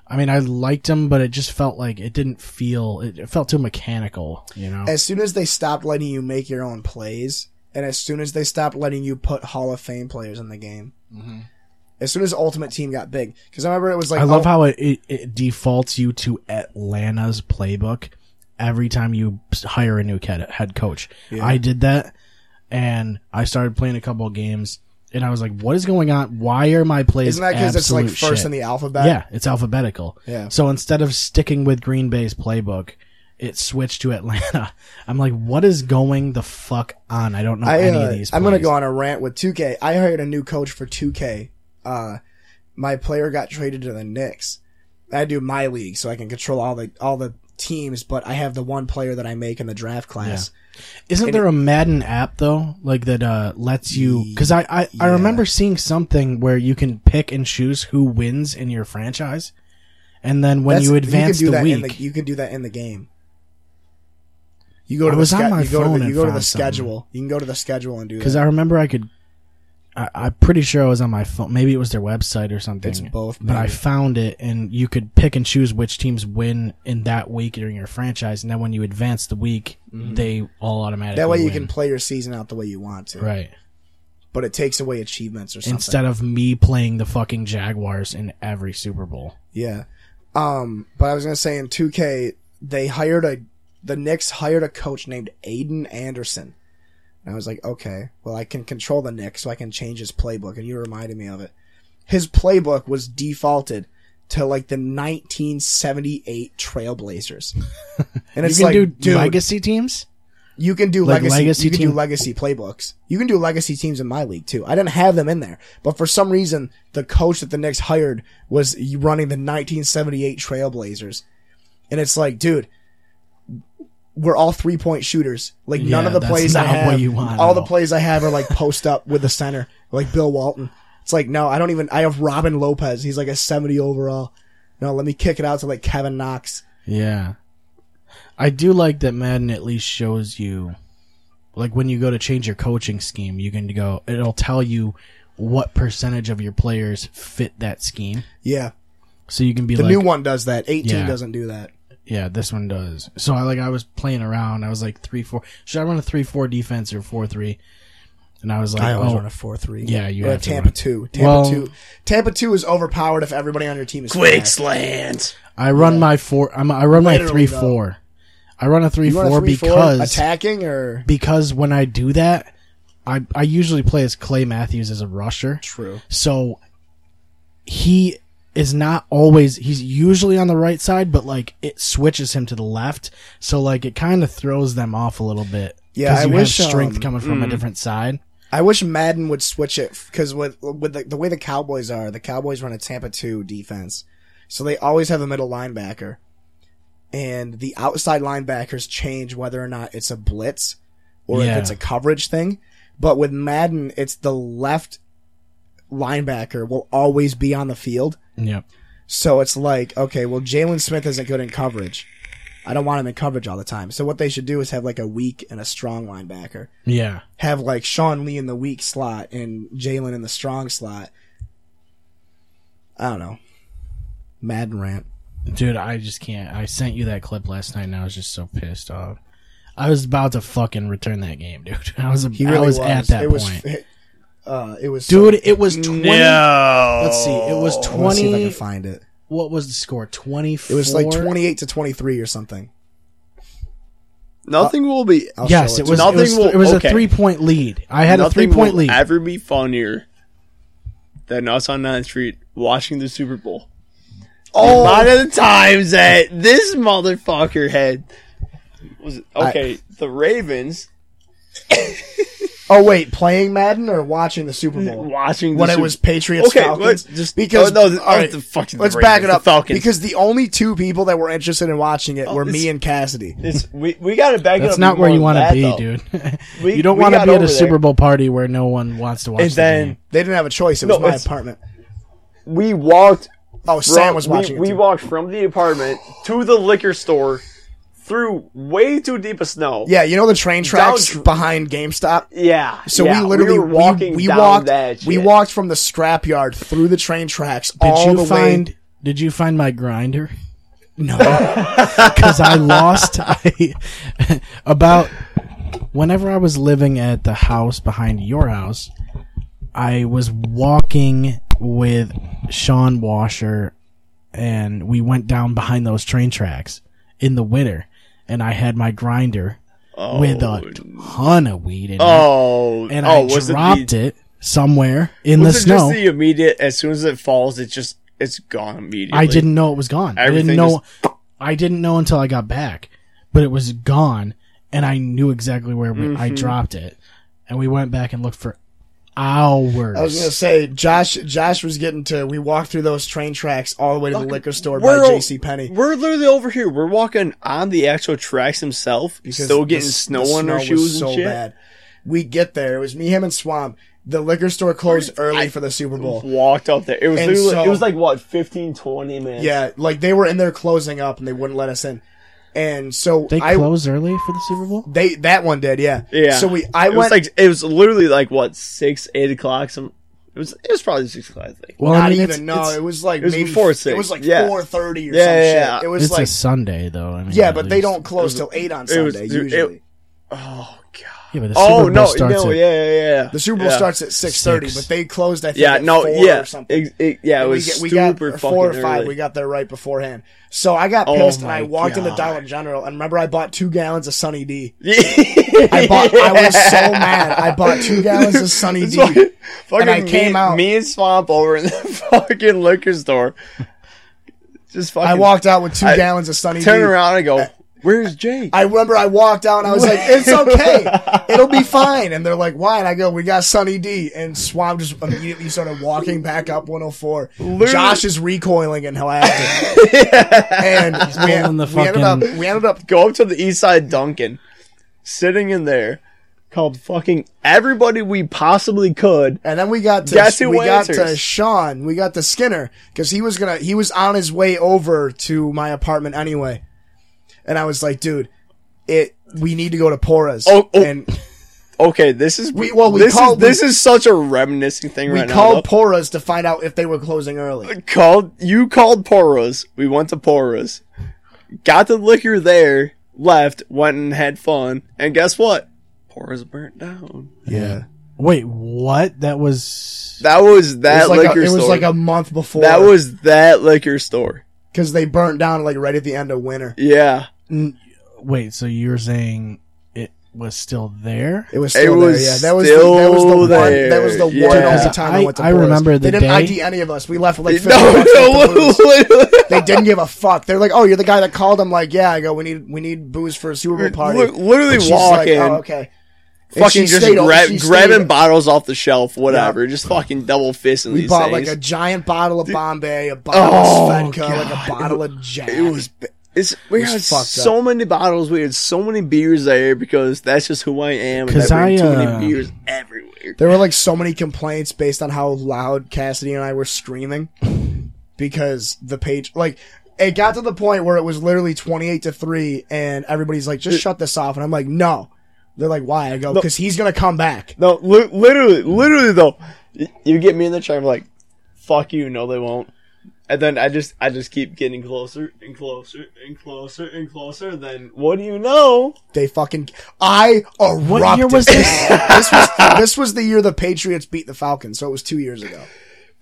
A: I mean, I liked them, but it just felt like it didn't feel. It, it felt too mechanical, you know?
D: as soon as they stopped letting you make your own plays, and as soon as they stopped letting you put Hall of Fame players in the game, as soon as Ultimate Team got big, because I remember it was like
A: I love
D: oh,
A: how it, it, it defaults you to Atlanta's playbook every time you hire a new head, head coach. I did that and I started playing a couple of games and I was like, what is going on? Why are my plays?
D: isn't that because it's like
A: absolute
D: first
A: shit?
D: in the alphabet?
A: Yeah, it's alphabetical.
D: Yeah.
A: So instead of sticking with Green Bay's playbook, it switched to Atlanta. <laughs> I'm like, what is going the fuck on? I don't know
D: I,
A: any
D: uh,
A: of these.
D: I'm gonna
A: plays.
D: go on a rant with 2K. I hired a new coach for 2K. Uh, my player got traded to the Knicks. I do my league, so I can control all the all the teams, but I have the one player that I make in the draft class.
A: Isn't there a Madden app though, like that uh, lets you? Because I I, I remember seeing something where you can pick and choose who wins in your franchise, and then when
D: That's-
A: you advance
D: can do
A: the
D: that in
A: week,
D: the, you can do that in the game. You go to
A: I
D: the
A: was on
D: ske-
A: my
D: you go
A: phone
D: to the,
A: and
D: you go to the
A: found something.
D: schedule. You can go to the schedule and do
A: because
D: that.
A: I remember I could. I, I'm pretty sure I was on my phone. Maybe it was their website or something.
D: It's both,
A: but I
D: maybe.
A: found it, and you could pick and choose which teams win in that week during your franchise, and then when you advance the week, they all automatically.
D: Mm-hmm. that way you
A: win.
D: can play your season out the way you want to.
A: right.
D: But it takes away achievements or something.
A: Instead of me playing the fucking Jaguars in every Super Bowl.
D: yeah. Um, but I was gonna say in 2K they hired a the Knicks hired a coach named Aiden Anderson. And I was like, okay, well, I can control the Knicks, so I can change his playbook. And you reminded me of it. His playbook was defaulted to like the 1978
A: <laughs>
D: Trailblazers. And
A: You
D: it's
A: can
D: like,
A: do
D: dude,
A: legacy teams.
D: you can do
A: Like
D: legacy,
A: legacy
D: You can
A: team-
D: do legacy playbooks. You can do legacy teams in my league too. I didn't have them in there, but for some reason, the coach that the Knicks hired was running the 1978 Trailblazers, and it's like, dude, we're all three point shooters. Like none
A: Yeah,
D: of the
A: that's
D: plays I
A: not
D: have,
A: what you want at
D: all the
A: all.
D: plays I have are like post up with the center, like Bill Walton. It's like, no, I don't even. I have Robin Lopez. He's like a 70 overall. No, let me kick it out to like Kevin Knox.
A: Yeah. I do like that Madden at least shows you like when you go to change your coaching scheme, you can go it'll tell you what percentage of your players fit that scheme.
D: Yeah,
A: So you can be
D: the
A: like
D: new one does that. 18
A: Yeah.
D: doesn't do that.
A: Yeah, this one does. So I like I was playing around, I was like three four should I run a three four defense or four three? And I was like
D: I always
A: oh,
D: run a four three.
A: Yeah, you
D: or
A: have
D: a
A: to
D: Tampa
A: run-
D: two. Tampa
A: Well-
D: two. Tampa two is overpowered if everybody on your team is
C: Quick
D: fast.
C: slant.
A: I run my four I'm, I run my three
D: Literally, though.
A: four. I run a three
D: You run a
A: four
D: three, four,
A: because
D: attacking or
A: because when I do that, I I usually play as Clay Matthews as a rusher.
D: true.
A: So he is not always he's usually on the right side, but like it switches him to the left. So like it kind of throws them off a little bit.
D: Yeah,
A: 'Cause
D: I
A: you
D: wish,
A: have strength
D: um,
A: coming from a different side.
D: I wish Madden would switch it because with with the, the way the Cowboys are, the Cowboys run a Tampa two defense, so they always have a middle linebacker, and the outside linebackers change whether or not it's a blitz or
A: Yeah.
D: if it's a coverage thing. But with Madden, it's the left linebacker will always be on the field.
A: Yep.
D: So it's like, okay, well, Jalen Smith isn't good in coverage. I don't want him in coverage all the time. So what they should do is have like a weak and a strong linebacker.
A: Yeah.
D: Have like Sean Lee in the weak slot and Jalen in the strong slot. I don't know. Madden rant.
A: Dude, I just can't. I sent you that clip last night and I was just so pissed off. I was about to fucking return that game, dude. <laughs> I was
D: He
A: I
D: really
A: was, at that
D: it
A: point.
D: was. It, uh, it was.
A: dude, it was 20
C: No.
A: Let's Oh, see. It was
D: I wanna see if I
A: 20
D: can find it.
A: what was the score? 24
D: It was like twenty-eight to twenty-three or something.
C: Nothing will be.
D: I'll
A: yes,
D: show
A: it
D: to
A: was. It was,
D: you.
C: Oh, Nothing will-
A: it was
C: okay.
A: a three-point lead. I had a
C: nothing
A: three-point
C: will
A: lead.
C: Ever be funnier than us on 9th Street watching the Super Bowl?
D: Oh.
C: A lot of the times that this motherfucker had was okay. the Ravens
D: Oh wait, playing Madden or watching the Super Bowl?
C: watching the
D: when it
C: Super-
D: was Patriots
C: Okay,
D: Falcons.
C: let's just-
D: because
C: oh, no, th-
D: all right,
C: oh, the fucking
D: let's
C: Ravens,
D: back it
C: the
D: up.
C: Falcons. Oh,
D: Because the only two people that were interested in watching it were me
C: it's-
D: and Cassidy.
C: It's, we we got to back it
A: That's
C: up.
A: not where
C: more
A: you
C: than
A: want to
C: that,
A: be,
C: though.
A: dude. <laughs>
C: We-
A: you don't
C: we
A: want to
C: got
A: be at
C: over
A: a
C: there.
A: Super Bowl party where no one wants to watch.
C: And
A: the
C: then
A: game.
D: They didn't have a choice. It
C: No,
D: was my
C: it's-
D: apartment.
C: we walked
D: Oh, Sam was
C: Bro, we-
D: watching
C: We,
D: it. too.
C: walked from the apartment to the liquor store through way too deep of snow.
D: yeah, you know the train tracks
C: Down-
D: behind GameStop.
C: Yeah.
D: So
C: yeah,
D: we literally
C: were walking
D: we,
C: down
D: walked
C: that shit.
D: we walked from the scrapyard through the train tracks all
A: did
D: the
A: you find?
D: way.
A: Did you find my grinder? No, <laughs> because I lost. I, <laughs> about whenever I was living at the house behind your house, I was walking with Sean Washer, and we went down behind those train tracks in the winter, and I had my grinder with a ton of weed in it.
C: Oh,
A: and
C: oh,
A: I
C: was it,
A: dropped
C: the,
A: it somewhere in the
C: was it
A: snow.
C: just the immediate? As soon as it falls, it's just it's gone immediately.
A: I didn't know it was gone. I didn't
C: Everything
A: know. I didn't know until I got back, but it was gone, and I knew exactly where we,
D: Mm-hmm.
A: I dropped it. And we went back and looked for hours.
D: I was gonna say Josh. Josh was getting to. We walked through those train tracks all the way to the liquor store by
C: We're-
D: J.C. Penney.
C: We're literally over here. We're walking on the actual tracks himself,
D: because
C: still
D: the
C: getting
D: s-
C: snow
D: the
C: on our
D: snow
C: shoes
D: was
C: and shit.
D: We get there. It was me, him, and Swamp. The liquor store closed early
C: I-
D: for the Super Bowl.
C: Walked up there. It was
D: And
C: literally,
D: so-
C: it was like what 15, 20 minutes.
D: Yeah, like they were in there closing up and they wouldn't let us in. And so
A: they
D: I
A: closed early for the Super Bowl.
D: they that one did, yeah.
C: Yeah.
D: So we I
C: it was
D: went
C: like it was literally like what six, eight o'clock. Some it was it was probably six o'clock. I think.
A: Well,
D: not
A: I mean,
D: even
A: it's,
D: no,
A: it's,
D: it was like
C: was
D: maybe
C: before
D: It
C: six,
D: was like
C: yeah.
D: four thirty or
C: Yeah,
D: some
C: yeah, yeah.
D: shit. It was
A: it's a
D: like
A: Sunday though. I mean,
D: yeah,
A: at
D: but they
A: least.
D: don't close till eight on
C: it was-
D: Sunday
C: dude, it-
D: usually.
C: Oh god.
A: Yeah, but the
C: Oh
A: Super Bowl
C: no,
A: starts
C: no,
A: at-
C: yeah, yeah, yeah.
D: The Super Bowl
C: Yeah.
D: starts at six thirty,
A: Six.
D: but they closed. I think
C: Yeah,
D: at
C: no,
D: four
C: yeah,
D: or something.
C: ex- ex- yeah. It
D: And
C: was
D: we got,
C: super
D: we got four or
C: fucking
D: five.
C: early.
D: We got there right beforehand. So I got
C: Oh
D: pissed and I
C: my
D: walked into
C: God.
D: Dollar General and remember I bought two gallons of Sunny D.
C: I <laughs>
D: I bought. I was so mad. I bought two gallons of Sunny D.
C: <laughs> fucking,
D: And I
C: me-
D: came out.
C: Me and Swamp over in the <laughs> fucking liquor store. Just fucking.
D: I walked out with two
C: I-
D: gallons of Sunny
C: Turn
D: D.
C: around and go. Where's Jake?
D: I remember I walked out and I was like,
C: <laughs>
D: "It's okay, it'll be fine." And they're like, "Why?" And I go, "We got Sunny D." And Swamp just immediately started walking back up 104. Josh is recoiling and laughing.
C: <laughs>
D: And we,
A: pulling the
D: we ended up
A: fucking-
D: we ended up
C: go up to the east side Duncan, sitting in there, called fucking everybody we possibly could.
D: And then we got to
C: Guess who
D: we got to
C: answers?
D: Sean. We got to Skinner because he was gonna he was on his way over to my apartment anyway. And I was like, dude, it we need to go to Pora's.
C: Oh, oh. <laughs>
D: and
C: Okay, this is
D: We- well, we
C: this
D: called-
C: is this is such a reminiscing thing
D: we
C: right now.
D: called
C: though.
D: Pora's to find out if they were closing early.
C: called you called Poros. We went to Poros, got the liquor there, left, went and had fun, and guess what? Poros burnt down.
D: Yeah,
A: Wait, what? That was
C: That was
D: it was,
C: that
D: like
C: liquor
D: a, it
C: store.
D: was like a month before.
C: that was that liquor store.
D: because they burnt down like right at the end of winter.
C: Yeah,
A: wait. So you were saying it was still there?
D: It was still
C: It
D: there.
C: was
D: Yeah, that was
C: still
D: the, that was the
C: there.
D: one. That was the
C: Yeah.
D: one
C: Dude,
D: only
C: I-
D: time I, went to
A: I
D: Pora's.
A: remember the
D: they didn't
A: day-
D: ID any of us. We left with like 50
C: <laughs> no,
D: bucks at the
C: no,
D: booze.
C: literally-
D: they didn't give a fuck. They're like, "Oh, you're the guy that called." I'm like, "Yeah." I go, "We need we need booze for a Super Bowl party."
C: li- literally
D: And she's
C: walk
D: like,
C: in,
D: "Oh, okay. And she
C: fucking just
D: stayed-
C: grab,
D: she
C: grabbing
D: stayed-
C: bottles off the shelf, whatever. Just fucking double fisting
D: We
C: these
D: bought
C: things.
D: like a giant bottle of Bombay, a bottle
C: Oh,
D: of Svedka, like
C: God.
D: a bottle of Jack.
C: it was. ba- It's, we
D: was
C: had
D: fucked
C: so many bottles. We had so many beers there because that's just who I am. and
A: 'Cause
C: I bring
A: I,
C: too
A: uh,
C: many beers everywhere.
D: There were like so many complaints based on how loud Cassidy and I were screaming because the page like it got to the point where it was literally 28 to 3 and everybody's like just shut this off and I'm like no. They're like why? I go cuz he's going to come back.
C: No, li- literally, literally though, y- you get me in the chair. I'm like, "Fuck you!" No, they won't. And then I just, I just keep getting closer and closer and closer and closer. Then what do you know?
D: They fucking I erupted.
A: What year was this?
D: <laughs> this was this was the year the Patriots beat the Falcons, so it was 2 years ago.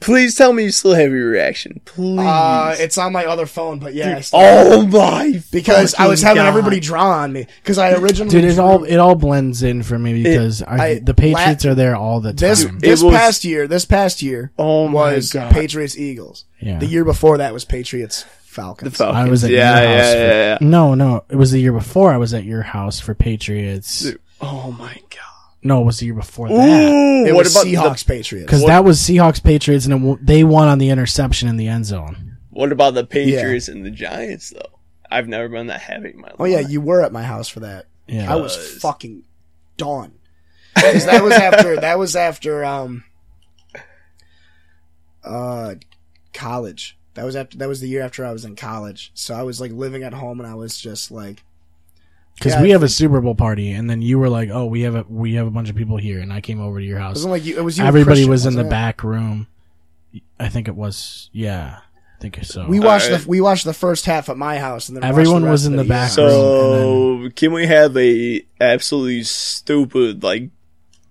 C: Please tell me you still have your reaction, please.
D: Uh, it's on my other phone, but yeah, I still-
C: oh my!
D: because I was
C: fucking
D: having
C: God.
D: everybody draw on me because I originally
A: Dude, it
D: drew-
A: all it all blends in for me because I,
D: I-
A: the Patriots are there all the time.
D: this this
C: was-
D: past year, this past year
C: Oh my
D: was
C: God.
D: Patriots Eagles.
A: Yeah.
D: The year before that was Patriots Falcons.
A: I was at
C: yeah,
A: your house.
C: yeah,
A: for-
C: yeah,
A: <laughs>
C: yeah.
A: No, no, it was the year before I was at your house for Patriots.
C: Oh my god!
A: No, it was the year before that
C: Ooh,
D: it
C: what
D: was
C: about
D: Seahawks
C: the
D: Patriots?
A: because that was Seahawks Patriots and it, w- they won on the interception in the end zone.
C: what about the Patriots and the Giants though? I've never been that happy in my life.
D: Oh yeah, you were at my house for that.
A: Yeah,
D: I was fucking done. 'Cause that was after that was after um uh college. That was after that was the year after I was in college. So I was like living at home and I was just like
A: because
D: yeah,
A: we
D: I
A: have a Super Bowl party and then you were like, "Oh, we have a we have a bunch of people here," and I came over to your
D: it
A: house.
D: wasn't like you it was you and
A: Everybody
D: Christian,
A: was in the
D: wasn't it?
A: back room. I think it was. Yeah, I think so.
D: We watched
C: Alright.
D: the we watched the first half at my house and then watched
A: Everyone
D: the
A: was
D: rest
A: in
D: of
A: the back
D: year.
C: So can we have a absolutely stupid like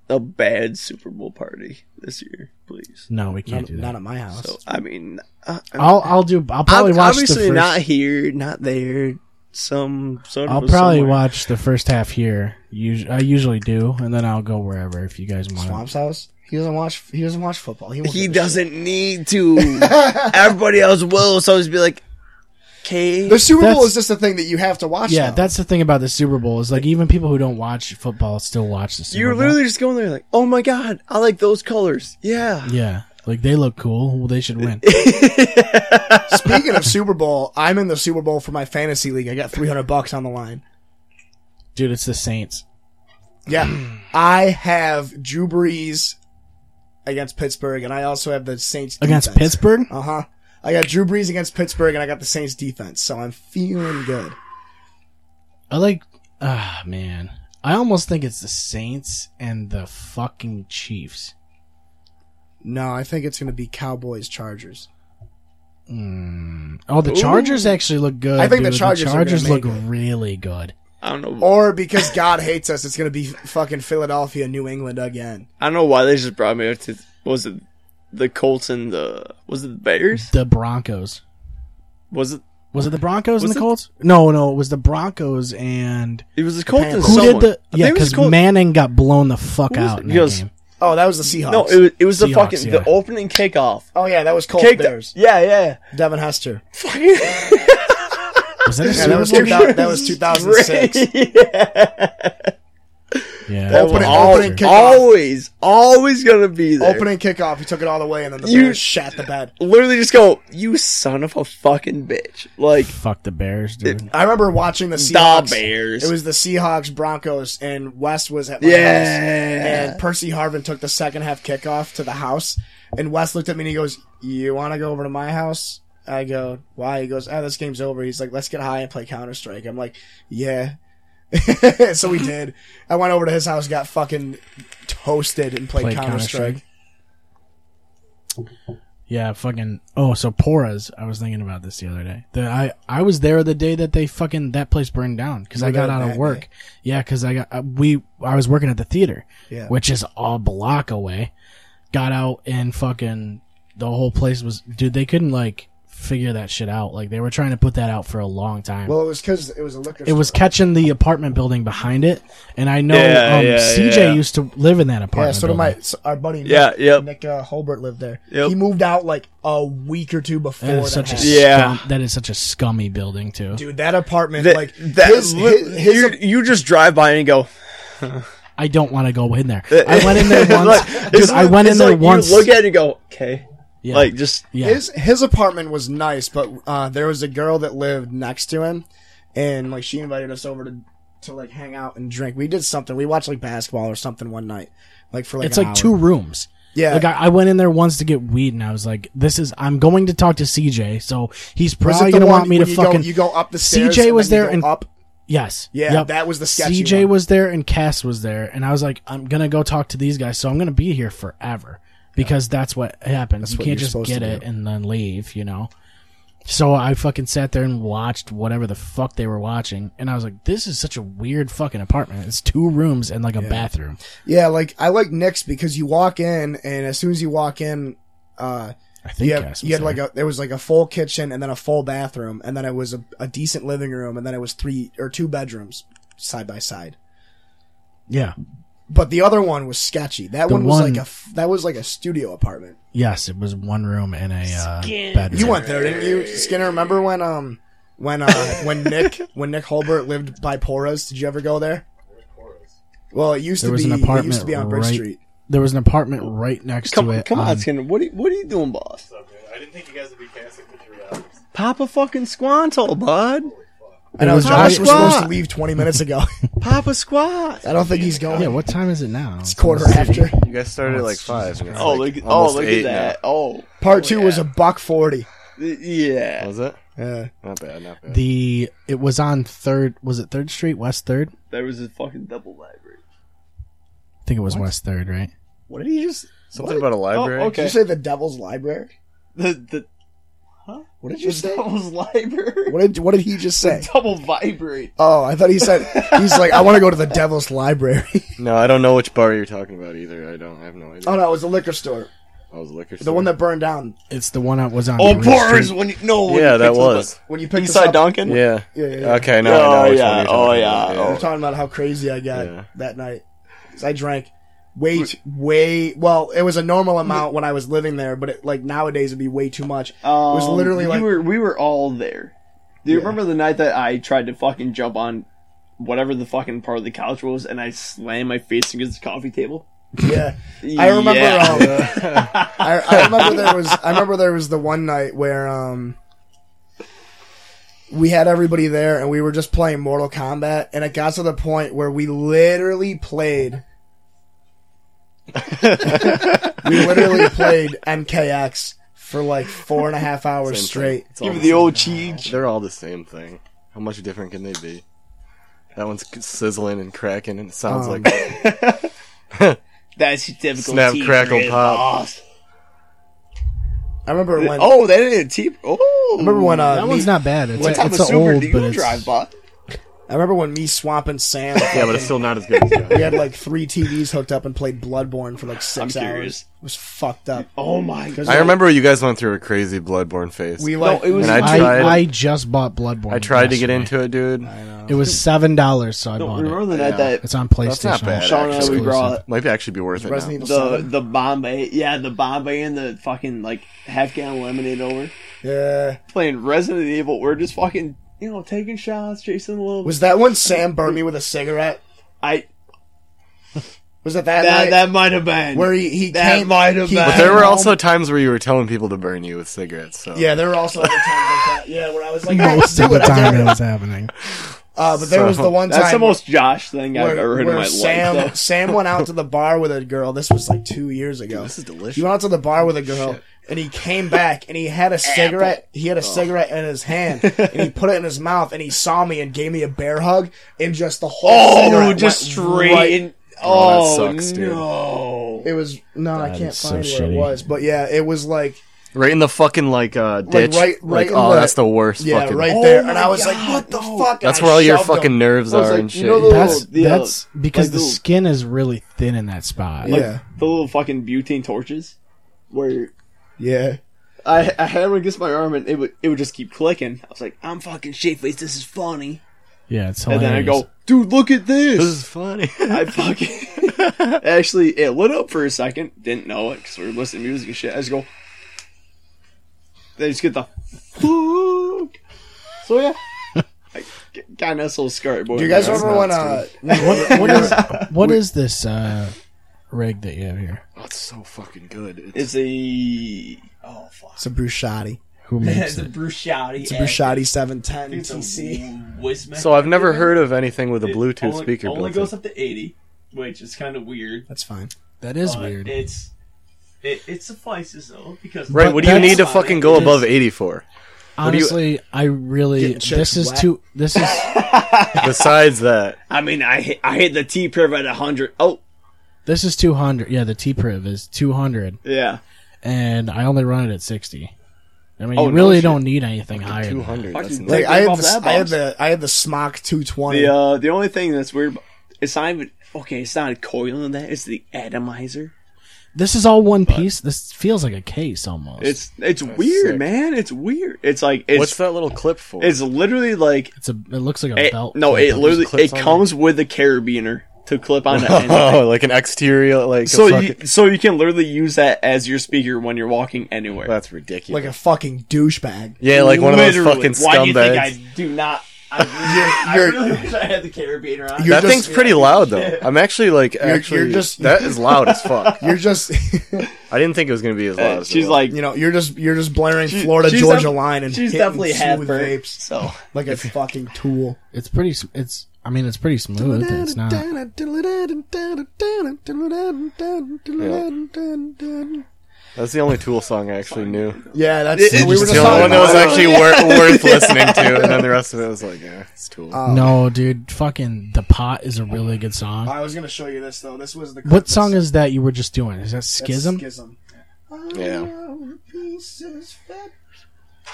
C: a bad Super Bowl party this year, please?
A: no, we can't
D: not,
A: do that.
D: not at my house.
C: So I mean, I, I mean,
A: I'll I'll do. I'll probably
C: ob-
A: watch the
C: obviously
A: first.
C: not here, not there. Some sort of
A: I'll
C: a
A: probably
C: somewhere.
A: watch the first half here. Usu- I usually do, and then I'll go wherever if you guys want.
D: Swamp's house. He doesn't watch. He doesn't watch football. He, won't
C: He
D: give a shit.
C: doesn't
A: <laughs>
C: need to. Everybody else will, so I'll just be like, "Okay."
D: The Super Bowl
A: That's-
D: is just a thing that you have to watch.
A: Yeah,
D: now.
A: that's the thing about the Super Bowl is like even people who don't watch football still watch the Super
C: You're
A: Bowl.
C: literally just going there like, "Oh my god, I like those colors." Yeah.
A: yeah, like they look cool. Well, they should win.
D: Speaking of Super Bowl, I'm in the Super Bowl for my fantasy league. I got 300 bucks on the line.
A: Dude, it's the Saints.
C: <clears throat>
D: Yeah, I have Drew Brees against Pittsburgh, and I also have the Saints
A: Against Pittsburgh?
D: Uh huh. I got Drew Brees against Pittsburgh, and I got the Saints defense. So I'm feeling good.
A: I like ah man. I almost think it's the Saints and the fucking Chiefs.
D: No, I think it's going to be Cowboys Chargers.
A: Oh, the Chargers actually look good.
D: I think
A: dude.
D: the Chargers are
A: Chargers
D: gonna
A: look
D: make it.
A: really good.
C: I don't know.
D: Or because God hates us, it's gonna be fucking Philadelphia, New England again.
C: I don't know why they just brought me up to. Was it the Colts and the? Was it the Bears?
A: The Broncos.
C: Was it?
A: Was it the Broncos
C: Was
A: and the
C: it-
A: Colts? No, no, it was the Broncos and
C: It was the Colts and
D: Panthers.
A: who
C: someone.
A: did
C: I
A: the? Yeah,
C: think it was
A: because
C: the Colts-
A: Manning got blown the fuck
C: Who was
A: out
C: it?
A: in that
C: Because-
A: game.
D: Oh, that was the Seahawks.
C: No, it was it was the
A: Seahawks,
C: fucking
A: yeah.
C: the opening kickoff.
D: oh yeah, that was Colt
C: Kicked-
D: Bears.
C: Yeah, yeah.
D: Devin Hester.
A: Was that a
D: Yeah, that
A: Super
D: was,
A: Bowl?
D: two, thou- that was
C: <laughs>
D: 2006.
A: Yeah,
C: That
A: that was
C: was
D: Opening-
A: all-
D: opening kickoff.
C: always, always gonna be there.
D: Opening kickoff, he took it all the way, and then the
C: You-
D: Bears shat the bed.
C: Literally, just go. You son of a fucking bitch! Like
A: Fuck the Bears, dude.
D: I remember watching the
C: the
D: Seahawks.
C: Bears.
D: It was the Seahawks, Broncos, and West was at my house.
C: yeah.
D: And Percy Harvin took the second half kickoff to the house. And Wes looked at me and he goes, You want to go over to my house? I go, Why? He goes, Oh, this game's over. He's like, Let's get high and play Counter Strike. I'm like, Yeah. <laughs> so we did. I went over to his house, got fucking toasted, and played,
A: Played
D: Counter Strike.
A: Yeah, fucking. Oh, so Poras. I was thinking about this the other day. The, I I was there the day that they fucking that place burned down because I
D: were
A: got
D: there
A: out
D: that
A: of work. Yeah, because I got uh, we I was working at the theater,
D: Yeah.
A: which is a block away. Got out and fucking the whole place was dude. They couldn't like figure that shit out. Like they were trying to put that out for a long time.
D: Well, it was because it was a liquor
A: it was catching the apartment building behind it, and I know
C: Yeah,
A: um,
C: yeah,
A: CJ
C: yeah.
A: used to live in that
D: Yeah,
A: apartment.
D: so did
A: building.
D: my so our buddy Nick,
C: Yeah, yep.
D: Nick uh, Holbert lived there.
C: Yep.
D: He moved out like a week or two before
A: That
D: that.
A: is such a
D: happened.
C: Yeah.
A: scum, that is such a scummy building too.
D: Dude, that apartment
C: That,
D: like
C: that
D: his,
C: li-
D: his, his
C: you, you just drive by and go. <laughs>
A: I don't want to go in there. I went in there once.
C: Like,
A: dude,
C: <laughs> it's
A: I went in
C: it's
A: there
C: like
A: once.
C: You look at it and go, okay.
A: yeah,
C: Like just
A: yeah.
D: His his apartment was nice, but uh, there was a girl that lived next to him, and like she invited us over to to like hang out and drink. We did something. We watched like basketball or something one night, like for like
A: it's
D: an
A: like
D: hour.
A: two rooms.
D: Yeah,
A: Like I, I went in there once to get weed, and I was like, "This is I'm going to talk to CJ, so he's
D: Was it
A: probably
D: the
A: gonna
D: one
A: want me
D: when
A: to
D: you
A: fucking
D: Go, you go up the stairs.
A: CJ
D: and
A: was
D: then you
A: there
D: go
A: and-
D: up.
A: yes,
D: Yeah,
A: yep.
D: that was the sketchy
A: CJ
D: one.
A: was there and Cass was there, and I was like, I'm gonna go talk to these guys, so I'm gonna be here forever because that's what happens. you
D: what
A: can't
D: you're
A: just
D: supposed
A: get
D: to
A: it
D: do.
A: and then leave, you know. So I fucking sat there and watched whatever the fuck they were watching, and I was like, "This is such a weird fucking apartment. It's two rooms and like a bathroom."
D: Yeah, like I like Nick's because you walk in, and as soon as you walk in, uh,
A: I think
D: you had,
A: Cass was
D: you had
A: there.
D: like a there was like a full kitchen and then a full bathroom, and then it was a, a decent living room, and then it was three or two bedrooms side by side.
A: yeah,
D: But the other one was sketchy. That
A: The
D: one was
A: one-
D: like a f- that was like a studio apartment.
A: yes, it was one room and a uh, bedroom.
D: You went there, didn't you, Skinner? Remember when um
A: <laughs>
D: when uh when Nick when Nick Holbert lived by Pora's? Did you ever go there? Well, it used
A: There
D: to
A: was
D: be
A: an
D: it used
A: apartment
D: to be on Bridge
A: right-
D: Street.
A: There was an apartment right next
C: come
A: to it.
C: on,
A: um,
C: come on,
A: on-
C: Skinner. What are, you- what are you doing, boss?
G: I didn't think you guys would be casting for three hours.
C: Papa fucking Squanto, bud.
D: I know
A: was
D: Josh
A: right-
D: was supposed to leave twenty minutes ago. <laughs>
C: Papa Squat.
D: I don't think he's going.
A: yeah, what time is it now?
D: It's quarter after.
A: Oh,
G: You guys started at like five. and it's
C: Oh
G: like
C: look! Oh
G: almost
C: look at
G: eight
C: that! Oh,
D: Part two
C: yeah.
D: was a buck forty.
G: now.
C: yeah.
G: Was it?
D: Yeah.
G: Not bad. Not bad.
A: The it was on third. Was it Third Street West Third?
C: There was a fucking double library.
A: I think it was West Third, right?
C: What did he just?
G: Something about a library.
C: Oh,
D: Did
C: okay.
D: you say the Devil's Library?
C: The the. Huh? What did you say? Devil's library.
D: What did what did he just say?
C: <laughs> Double vibrate.
D: Oh, I thought he said he's like I want to go to the Devil's Library.
G: No, I don't know which bar you're talking about either. I don't. I have no idea.
D: <laughs> oh no, it was the liquor store,
G: I was a liquor.
D: Oh, the one that burned down.
A: It's the one that was on.
C: Oh,
A: Bridge
C: Boris!
A: Street.
C: When you no, when
G: Yeah,
C: you
G: that
C: picked up
G: was.
C: a-
D: When you picked us
C: Eastside
D: up-
C: Duncan.
G: Yeah.
D: Yeah, yeah, yeah.
G: Okay. Now
C: Oh,
G: I know which
C: yeah,
G: one you're
C: oh,
G: talking
C: yeah,
G: about.
D: We're talking about how crazy I got
G: Yeah.
D: that night. 'Cause I drank way, t- way, well, it was a normal amount when I was living there, but it, like nowadays it'd be way too much. it was
C: Um,
D: literally
C: you
D: like,
C: were, we were all there. Do you remember the night that I tried to fucking jump on whatever the fucking part of the couch was, and I slammed my face against the coffee table?
D: yeah. I remember,
C: Yeah.
D: um,
C: Oh.
D: I, I remember there was, I remember there was the one night where, um, we had everybody there and we were just playing Mortal Kombat and it got to the point where we literally played. we literally played MKX for like four and a half hours
G: Same thing.
D: straight.
G: It's all
C: Give me
G: the
C: the
G: same.
C: old cheese.
G: <laughs> They're all the same thing. How much different can they be? That one's sizzling and cracking, and it sounds
D: Um,
G: like
C: That's your typical
G: Snap,
C: tea
G: crackle,
C: grid,
G: pop.
C: boss.
D: I remember when. Oh,
C: Oh, that ain't a tea. Oh,
D: remember when? Uh,
A: That
D: me-
A: one's not bad. It's,
C: What
A: a,
C: type
A: it's
C: of
A: a
C: super
A: old,
C: do you
A: but it's
C: drive, boss?
D: I remember when me swapping Sam.
G: Yeah, but it's still not as good
D: <laughs>
G: as Josh.
D: We had like three TVs hooked up and played Bloodborne for like 6 hours.
C: curious.
D: It was fucked up.
C: Oh my god.
G: I remember you guys went through a crazy Bloodborne phase.
D: We like
C: it was-
G: and I
A: I,
G: tried.
A: I
G: I,
A: just bought Bloodborne.
G: tried to get
A: yesterday.
G: into it, dude.
A: It was seven dollars, so I
D: Oh,
C: No,
A: bought
C: remember
A: it.
C: the night that
A: It's on PlayStation.
G: That's not bad.
C: Sean and I,
G: actually.
C: we
A: exclusive.
C: brought
G: Might actually be worth it. Now.
D: Resident Evil
C: the
D: 7.
C: the Bombay, yeah, the Bombay and the fucking like half gallon lemonade over
D: Yeah.
C: playing Resident Evil. We're just fucking you know taking shots, chasing a little.
D: Was that when Sam burned me with a cigarette?
C: I
D: Was it that,
C: that
D: night?
C: that might have been
D: where he, he
C: that
D: came.
C: might have
D: he
C: been.
G: But
D: came
G: there were
D: home-
G: also times where you were telling people to burn you with cigarettes. So
D: Yeah, there were also other times like that. Yeah, where I was
A: <laughs>
D: like,
A: Most
C: <laughs>
A: of the time it was happening.
D: uh, but there was the one
C: That's
D: time
C: the most Josh thing I've ever heard in my
D: Sam,
C: life.
D: Sam went out to the bar with a girl. This was like two years ago.
G: this is delicious.
D: He went out to the bar with a girl, and he came back, and he had a cigarette. He had a
C: Oh.
D: cigarette in his
C: <laughs>
D: hand, and he put it in his mouth, and he saw me and gave me a bear hug, and just the whole
C: Oh,
D: cigarette
C: just
D: went
C: straight.
D: right-
C: in- oh,
G: that sucks, dude.
C: no.
D: it was no, I
A: That
D: can't
A: is so
D: find where
A: shitty.
D: it was, but yeah, it was like
G: right in the fucking like uh, ditch.
D: right- right
G: Like,
D: in
G: oh,
D: the-
G: that's the worst.
D: yeah,
G: fucking,
D: right
C: Oh
D: there, and
C: my
D: I was like,
C: God,
D: what the
C: no.
D: fuck? And
G: That's
D: I
G: where all your
D: shoved him.
G: fucking nerves
C: I was
G: are
C: like,
G: and
C: you
G: shit.
C: know the little-
A: That's
C: Oh, yeah,
A: that's because
C: like
A: the
C: the-
A: skin is really thin in that spot.
D: Yeah,
C: The little fucking butane torches, where
D: yeah.
C: I, I had one against my arm and it would it would just keep clicking. I was like, I'm fucking shit faced. This is funny.
A: yeah, it's
C: And
A: hilarious.
C: then I go, dude, look at
G: this
C: this.
G: is funny.
C: I fucking <laughs> actually it lit up for a second. Didn't know it because we were listening to music and shit. I just go, they just get the fuck. So
G: <laughs>
C: yeah, I got a nice little scar.
D: Do you guys remember when uh, <laughs>
A: what, what is what is this uh, rig that you have here?
G: That's so fucking good. It's,
C: It's a oh fuck.
D: it's a Bruschati?
C: <laughs>
A: Who makes it?
C: Bruschati.
D: It's a Bruschati 710 TC.
G: so I've never heard of anything with a Bluetooth speaker
H: only
G: built
H: goes
G: in.
H: up to 80 which is kind of weird
D: That's fine.
A: That
C: Oh,
A: is
H: but
A: weird.
H: it's it, it suffices though because
G: Right,
A: But
G: what do you
A: that's-
G: need to fucking go
A: It's-
G: above 84? do you-
A: Honestly, I really
D: Getting chicks
A: this is
D: wet.
A: too this is
G: Besides that,
C: I mean, I hit, I hit the T curve at hundred. Oh
A: this is two hundred. Yeah, the T priv is two hundred,
C: yeah,
A: and I only run it at sixty. I mean,
C: Oh,
A: you
C: no
A: really
C: shit.
A: don't need anything higher. than that.
G: 200. That's
C: Fucking-
G: nuts.
D: Like I had,
C: off
D: the,
C: that
D: I had
C: box.
D: the I had the Smock 220.
C: The uh, the only thing that's weird, ab- it's not even okay. It's not a coil in that. It's the atomizer.
A: This is all one piece. This feels like a case almost. It's,
C: It's it's weird,
G: sick.
C: man. It's weird. It's like it's
G: What's that little clip for?
C: it's literally like
A: a. It looks like a
C: it,
A: belt.
C: no. It literally
G: clips
C: it
G: on it.
C: comes with a carabiner to clip on
G: <laughs>
C: it.
G: <laughs> oh, like an exterior,
C: <laughs>
G: like
C: so
G: a fucking,
C: you, so you can literally use that as your speaker when you're walking anywhere.
G: that's
D: like
G: ridiculous.
D: a fucking douchebag.
G: yeah, like one of
C: Literally.
G: those fucking
C: Why do you think I
G: scumbags.
C: do not? <laughs> I,
D: You're,
H: I really wish I had the carabiner on.
D: you're
G: That
D: just,
G: thing's pretty loud though. I'm actually like actually
D: you're just-
G: that is loud as fuck.
D: You're just <laughs>
G: I didn't think it was gonna be as loud.
C: uh,
G: as it
C: she's
G: was.
C: like
D: you know you're just you're just blaring
C: she-
D: Florida
C: she's
D: Georgia
C: def-
D: line and
C: she's
D: hitting
C: definitely half
D: smooth
C: burnt.
D: vapes
C: So
D: like a fucking tool.
A: It's pretty. s- It's. I mean, it's pretty smooth. It's not.
G: that's the only Tool song I actually knew.
D: Yeah, that's we were
G: It's
D: just
G: the only
D: talking
G: one that was
D: about.
G: actually
D: <laughs>
G: wor- worth listening to, and then the rest of it was like, yeah, it's Tool.
A: No, dude. Fucking the pot is a really good song.
D: I was gonna show you this though. This was the
A: What song is that you were just doing? Is that Schism?
D: Schism.
G: yeah,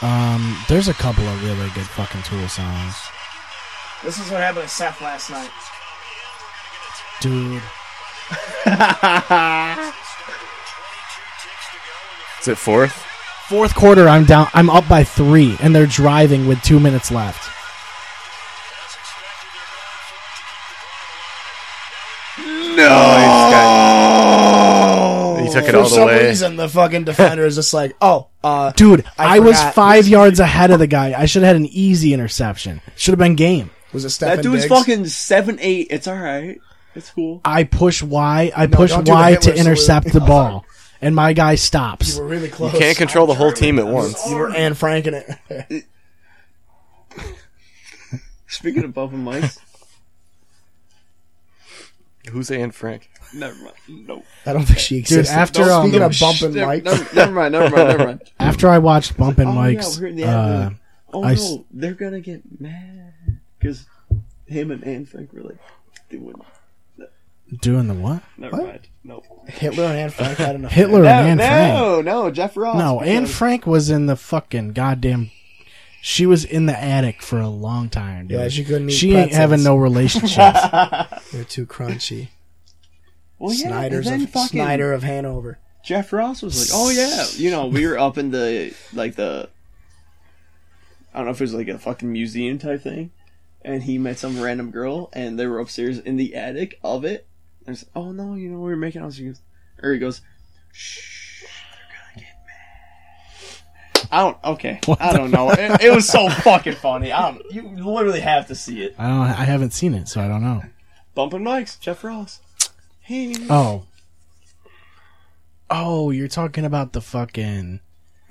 A: Um, there's a couple of really good fucking Tool songs,
D: This is what happened to Seth last night.
A: dude.
G: is it fourth?
A: Fourth quarter, I'm down. I'm up by three, and they're driving with two minutes left.
G: He took it
D: For
G: all the
D: some
G: way.
D: reason, the fucking defender is just like, oh, uh,
A: Dude, I,
D: I
A: was
D: forgot.
A: five yards ahead of the guy. I should have had an easy interception. Should have been game.
D: was it Stephen
C: that dude's
D: Diggs?
C: fucking seven eight. It's all right. It's cool.
A: I push Y. I push
D: don't do the
A: Y to
D: Hitler
A: intercept
D: salute.
A: the ball, and my guy stops.
D: You were really close.
G: You can't control the whole team at once.
D: <laughs> You were Anne Frank in it. <laughs>
C: Speaking of
D: <laughs>
C: Bubba Mike's,
G: Who's Anne Frank?
C: never mind. No.
D: I don't think she
A: Dude,
D: exists.
A: after um,
D: Speaking of bumping
C: Never,
D: mics,
C: never, never mind. Never mind. Never mind.
A: after I watched Bump and
C: Oh, yeah,
A: Mike's,
C: we're- yeah,
A: uh,
C: we're- Oh
A: I s-
C: no, they're gonna get mad because him and Anne Frank were like, they wouldn't.
A: doing the what?
C: Never mind. No.
D: <laughs> Hitler and Anne Frank had enough.
A: Hitler
C: No,
A: and Anne Frank.
D: Oh,
C: no, no, Jeff Ross.
A: No, Anne
C: because-
A: Frank was in the fucking goddamn She was in the attic for a long time. Dude.
D: Yeah, she couldn't eat
A: She ain't
D: pretzels.
A: having no relationship.
D: <laughs> They're too crunchy.
C: Well, yeah, and
D: Snyder's
C: then
D: of,
C: fucking
D: Snyder of Hanover.
C: Jeff Ross was like, "Oh yeah, you know, we were up in the like the, I don't know if it was like a fucking museum type thing, and he met some random girl, and they were upstairs in the attic of it. And it's oh no, you know, we were making out. So he goes, or he goes, shh, they're gonna get mad. I don't. Okay, I don't know. It, it was so fucking funny. I don't. You literally have to see it.
A: I don't. I haven't seen it, so I don't know.
C: Bumping mics, Jeff Ross. Hey,
A: Oh. Oh, you're talking about the fucking.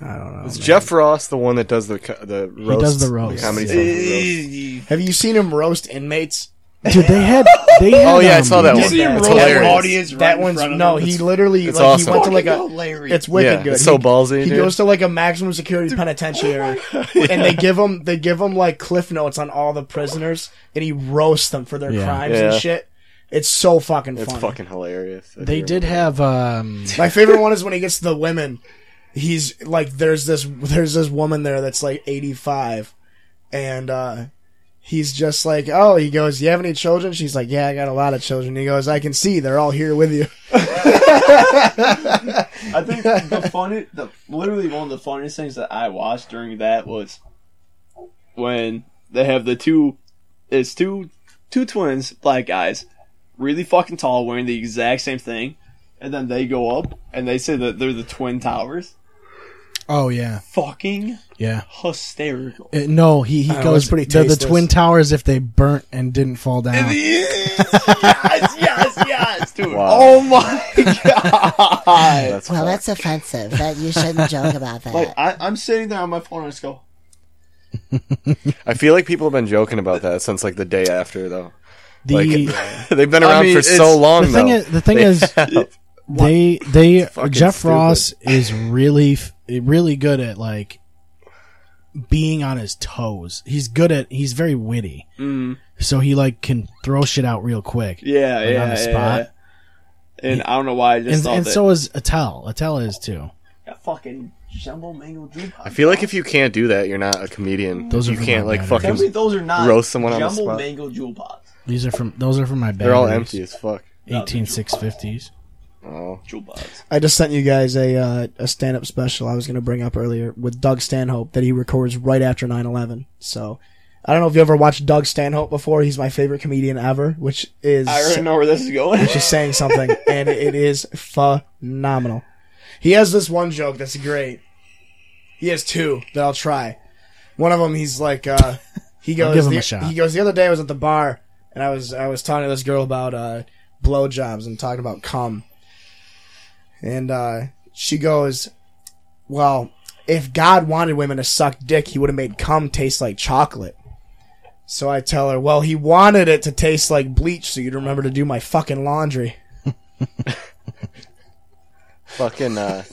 D: I don't know.
G: Is Jeff Ross the one that does the co- the roast?
A: does the roast,
G: comedy
A: yeah.
G: stuff for roast?
D: Have you seen him roast inmates?
A: Dude, they had. <laughs> They had
G: Oh yeah, I
A: um,
G: saw that
C: you
G: one.
C: see him
G: That's
C: roll the
G: hilarious.
C: audience right
D: that
C: in
D: one's
C: front of
D: no.
C: him.
D: He literally
G: It's
D: like he
G: awesome.
D: went to like a.
C: Larry.
D: It's wicked
G: Yeah,
D: good.
G: it's so
D: He-
G: ballsy,
D: He
G: dude.
D: goes to like a maximum security
G: <laughs>
D: penitentiary, and they give him they give him like cliff notes on all the prisoners, and he roasts them for their
A: Yeah.
D: crimes
G: Yeah.
D: and shit. It's so fucking
G: It's
D: funny.
G: fucking hilarious. I
A: They
G: do
A: did
G: remember
A: have. um
G: <laughs>
D: My favorite one is when he gets to the women. He's like, there's this, there's this woman there that's like 85, and uh, he's just like, oh, he goes, you have any children? She's like, yeah, I got a lot of children. He goes, I can see they're all here with you.
H: I think
C: <laughs>
H: the funny, the literally one of the funniest things that I watched during that was
C: when they have the two it's two two twins black guys really fucking tall wearing the exact same thing and then they go up and they say that they're the twin towers
A: Oh yeah,
C: fucking
A: yeah.
C: hysterical
A: Uh, no, he he
D: know,
A: goes.
D: it's pretty
A: They're the
D: tasteless.
A: twin towers if they burnt and didn't fall down.
C: yes <laughs> yes yes dude
G: Wow.
C: oh my
G: that.
C: god
G: That's
I: Well,
G: fu-
I: that's offensive. That you shouldn't joke about that.
C: like Oh, I, i'm sitting there on my phone and i just go
G: I feel like people have been joking about that since like the day after, though.
A: The <laughs>
G: like <laughs> they've been
C: I
G: around
C: mean,
G: for
C: it's-
G: so long.
A: the thing
G: though.
A: is, the thing
G: They
A: is,
G: <laughs> have-
A: they they
G: fucking
A: Jeff
G: stupid.
A: Ross is really f- really good at like being on his toes. He's good at he's very witty,
C: mm,
A: so he like can throw shit out real quick.
C: yeah
A: Like,
C: yeah
A: on the
C: yeah,
A: spot.
C: yeah. and i don't know why i just
A: And,
C: thought
A: and
C: that
A: so is Attell. Attell is too.
H: that fucking jumbo mango dream.
G: I feel like if you can't do that, you're not a comedian.
A: Those
G: Those
A: are
G: you
A: from
G: can't
A: my
G: like
A: bad
G: fucking.
H: Tell me those are not
G: roast someone on the
H: jumbo
G: spot.
H: mango jewel pots.
A: These are from those are from my.
G: They're all empty as fuck.
A: Eighteen six fifties.
G: Oh,
H: Jewel pots.
D: I just sent you guys a uh, a stand up special I was gonna bring up earlier with Doug Stanhope that he records right after 9-11. So I don't know if you ever watched Doug Stanhope before. He's my favorite comedian ever, which is
C: i
D: <laughs>
C: already know where this is going
D: which is saying something, and it is phenomenal. He has this one joke that's great. He has two that I'll try. One of them, he's like, uh,
A: <laughs>
D: he goes,
A: give him
D: the-
A: a shot.
D: he goes. The other day, I was at the bar, and I was I was talking to this girl about uh, blowjobs and talking about cum, and uh, she goes, "Well, if God wanted women to suck dick, he would have made cum taste like chocolate." So I tell her, well, he wanted it to taste like bleach, so you'd remember to do my fucking laundry.
G: fucking. Uh,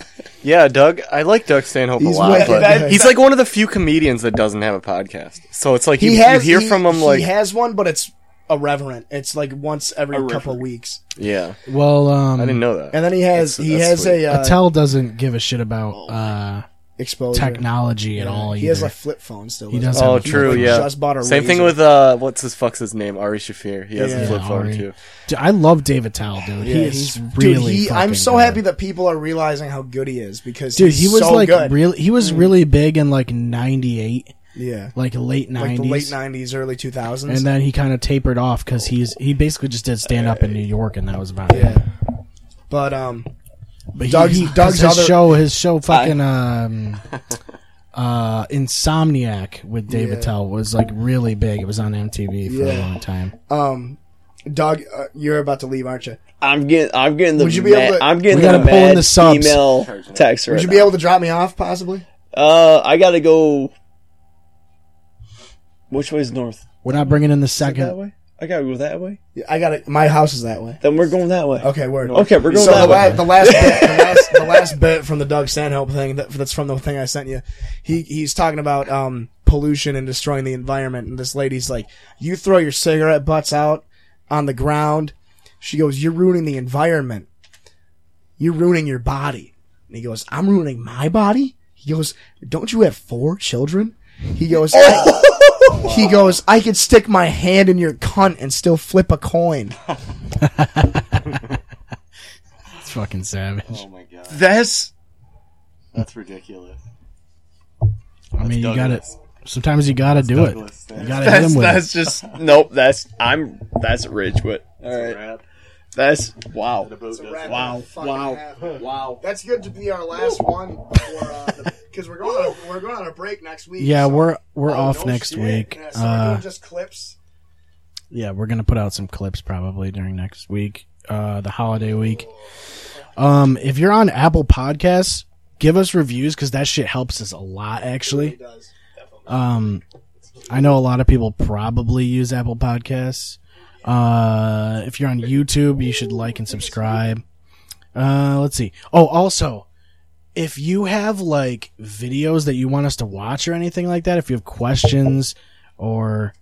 G: yeah, Doug. I like Doug Stanhope
D: He's
G: a lot,
D: wicked.
G: but
D: That-
G: he's like one of the few comedians that doesn't have a podcast. So it's like you,
D: He has.
G: you hear
D: he-
G: from him
D: he
G: like,
D: has one, but it's irreverent. It's like once every couple weeks.
G: yeah.
A: Well, um,
G: I didn't know that.
D: And then he has
G: That's-
D: he
G: that's
D: has
G: sweet.
D: a uh,
A: Attell doesn't give a shit about uh,
D: exposure
A: technology at all. Either.
D: He has a flip phone still.
A: He
D: with him.
A: does
G: Oh,
A: have a
G: true.
A: flip phone.
G: Yeah.
D: Just bought a
G: Same thing
D: razor.
G: with uh, what's his fuck's his name? Ari Shafir. He has
D: Yeah.
G: a flip phone
A: Ari.
G: too.
A: Dude, I love David Tell, dude.
D: Oh, Yeah,
A: he is
D: he's-
A: really.
D: Dude, he, I'm
A: fucking
D: so
A: good.
D: happy that people are realizing how good he is because
A: Dude,
D: he's
A: he was
D: so
A: like
D: good.
A: really. He was really big in like '98,
D: yeah,
A: like late '90s,
D: like the late '90s, early 2000s.
A: and then he kind of tapered off because he's he basically just did stand up in New York, and that was about it.
D: yeah, but um,
A: But he-
D: Doug's-
A: he, 'cause
D: Doug's
A: his
D: other-
A: show, his show, fucking um, uh, Insomniac with David
D: Yeah.
A: Tell was like really big. It was on MTV for a
D: Yeah.
A: long time.
D: um, Doug, uh, you're about to leave, aren't you?
C: i'm getting i'm getting the
D: Would you be able
C: mad-
D: to-
C: i'm getting
A: We gotta
C: the
A: pull in
C: mad
A: the subs.
C: email text right
D: Would you
C: now.
D: be able to drop me off possibly?
C: Uh, I gotta go. Which way's north?
A: We're not bringing in the
C: That
A: second.
C: way. I gotta go that way.
D: Yeah, I got to My house is that way.
C: Then we're going that way.
D: Okay, word.
C: Okay, we're going
D: so the,
C: that
D: la-
C: way.
D: the last bit, the last the last bit from the Doug Stanhope thing that, that's from the thing I sent you. He he's talking about um pollution and destroying the environment, and this lady's like, "You throw your cigarette butts out on the ground." She goes, "You're ruining the environment. You're ruining your body." And he goes, "I'm ruining my body." He goes, "Don't you have four children?" He goes,
C: <laughs>
D: I- he goes, I could stick my hand in your cunt and still flip a coin.
A: It's fucking savage.
G: Oh my god,
C: That's
G: that's ridiculous.
A: I mean, you got to
G: Douglas.
A: Sometimes you got to do it.
G: Douglas,
A: You
G: that's
A: got to hit
C: that's
A: him with
C: that's
A: it.
C: just nope. That's I'm that's rich, but all
G: a
C: right.
G: wrap.
C: That's wow.
G: The boat does that.
D: Wow. Wow.
G: <laughs>
H: Wow.
D: That's good to be our last one because we're going on a, we're going on a break next week.
A: Yeah,
D: so-
A: we're we're
D: Oh,
A: off
D: no
A: next
D: shit.
A: week.
D: Yeah, so we're
A: Uh,
D: doing just clips.
A: yeah, we're gonna put out some clips probably during next week, uh, the holiday week. Um, if you're on Apple Podcasts, give us reviews because that shit helps us a lot. Actually, um, I know a lot of people probably use Apple Podcasts. Uh, if you're on YouTube, you should like and subscribe. Uh, let's see. Oh, also, if you have like videos that you want us to watch or anything like that, if you have questions or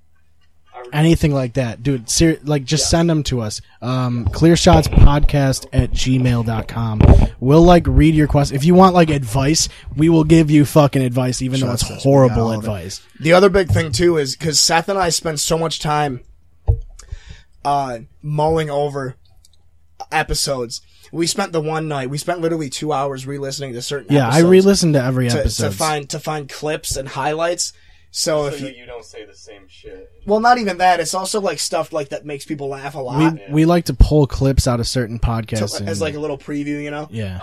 A: anything like that dude ser- like just send them to us um clearshotspodcast at gmail.com we'll like read your quest if you want like advice we will give you fucking advice even though it's
D: Trust us, we got
A: horrible
D: all of it.
A: advice
D: The other big thing too is because Seth and I spend so much time uh, mulling over episodes. We spent the one night. We spent literally two hours re-listening to certain.
A: yeah
D: episodes
A: i re-listened to every
D: to,
A: episode
D: to find to find clips and highlights. So if
G: So
D: you
G: that you don't say the same shit.
D: well, not even that. It's also like stuff like that makes people laugh a
A: we,
D: lot.
A: we like to pull clips out of certain
D: to-
A: podcasts and,
D: as like Oh. a little preview, you know.
A: yeah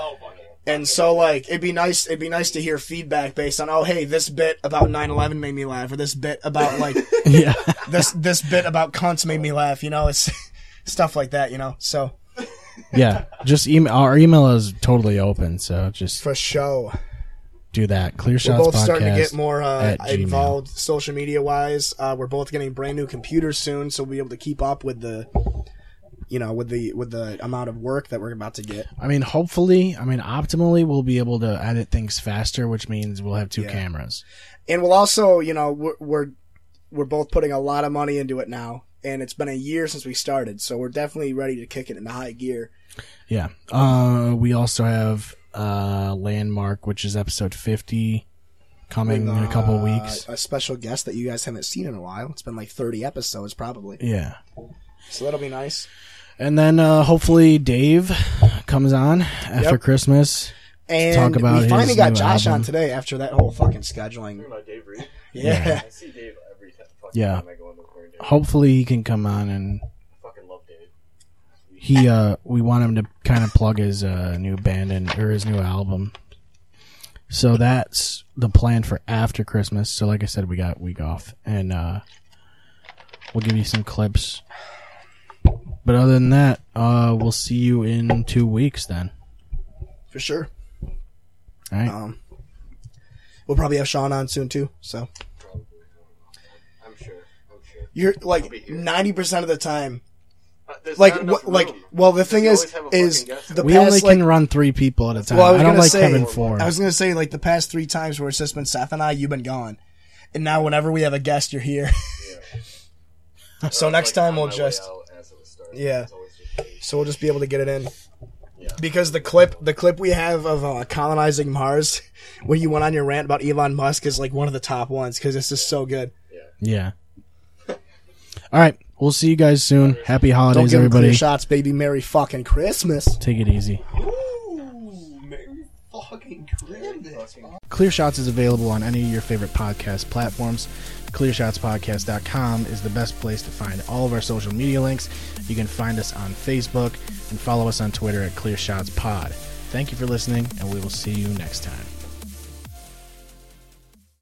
D: And so like it'd be nice it'd be nice to hear feedback based on oh hey this bit about 9/11 made me laugh or this bit
A: <laughs>
D: about like
A: <laughs> yeah
D: this this bit about cunts made me laugh, you know, it's <laughs> stuff like that, you know. So
A: yeah just email our email is totally open so just
D: for show,
A: do that clear
D: we're
A: shots
D: both
A: podcast
D: starting to get more uh,
A: at Gmail.
D: involved social media wise. Uh, we're both getting brand new computers soon, so we'll be able to keep up with the you know with the with the amount of work that we're about to get.
A: I mean, hopefully, I mean, optimally, we'll be able to edit things faster, which means we'll have two
D: Yeah.
A: cameras.
D: and we'll also you know we're, we're we're both putting a lot of money into it now and it's been a year since we started so we're definitely ready to kick it into high gear
A: Yeah. Uh, we also have uh, Landmark, which is episode 50, coming in a couple
D: Uh,
A: weeks.
D: a special guest that you guys haven't seen in a while it's been like 30 episodes probably
A: Yeah.
D: so that'll be nice
A: And then uh, hopefully Dave comes on after
D: Yep.
A: Christmas.
D: and
A: talk about
D: we
A: his
D: finally got
A: new
D: josh
A: album.
D: on today after that whole fucking scheduling
G: About Dave Reed.
D: yeah,
A: Yeah.
G: I see Dave every time. Fucking
A: Yeah.
G: time I go in the corner. I
A: Hopefully he can come on and
G: fucking love Dave.
A: he uh we want him to kind of plug his uh new band and or his new album. So that's the plan for after Christmas. So like I said, we got a week off and uh we'll give you some clips. But other than that, uh we'll see you in 2 weeks then.
D: <laughs> for sure
A: All right.
D: um we'll probably have sean on soon too so
G: I'm sure. I'm sure.
D: you're
G: I'll be
D: like
G: here.
D: 90% of the time
G: Uh, there's
D: like
G: not enough
D: what, like
G: room.
D: well the thing
G: You
D: is
G: always have a
D: is
G: fucking guest.
D: the
A: we
D: past
A: only
D: like
A: can run 3 people at a time.
D: Well, I
A: I,
D: was
A: don't
D: gonna
A: like
D: say-
A: Kevin 4.
D: I was gonna say like the past three times where it's just been Seth and I, you've been gone, and now whenever we have a guest, you're here. <laughs> so next
G: Like,
D: time
G: on
D: we'll
G: my way
D: just
G: out as it was starting,
D: Yeah.
G: it's always just Dave.
D: so we'll just be able to get it in because the clip the clip we have of uh, colonizing Mars <laughs> when you went on your rant about Elon Musk is like one of the top ones because it's just so good.
A: Yeah. All right. We'll see you guys soon. Happy
D: Don't
A: holidays
D: give him clear
A: everybody.
D: shots, baby. Merry fucking Christmas.
A: Take it easy.
H: Ooh, Merry fucking Christmas.
A: Clear Shots is available on any of your favorite podcast platforms. ClearShotsPodcast.com is the best place to find all of our social media links. You can find us on Facebook and follow us on Twitter at Clear Shots Pod. Thank you for listening, and we will see you next time.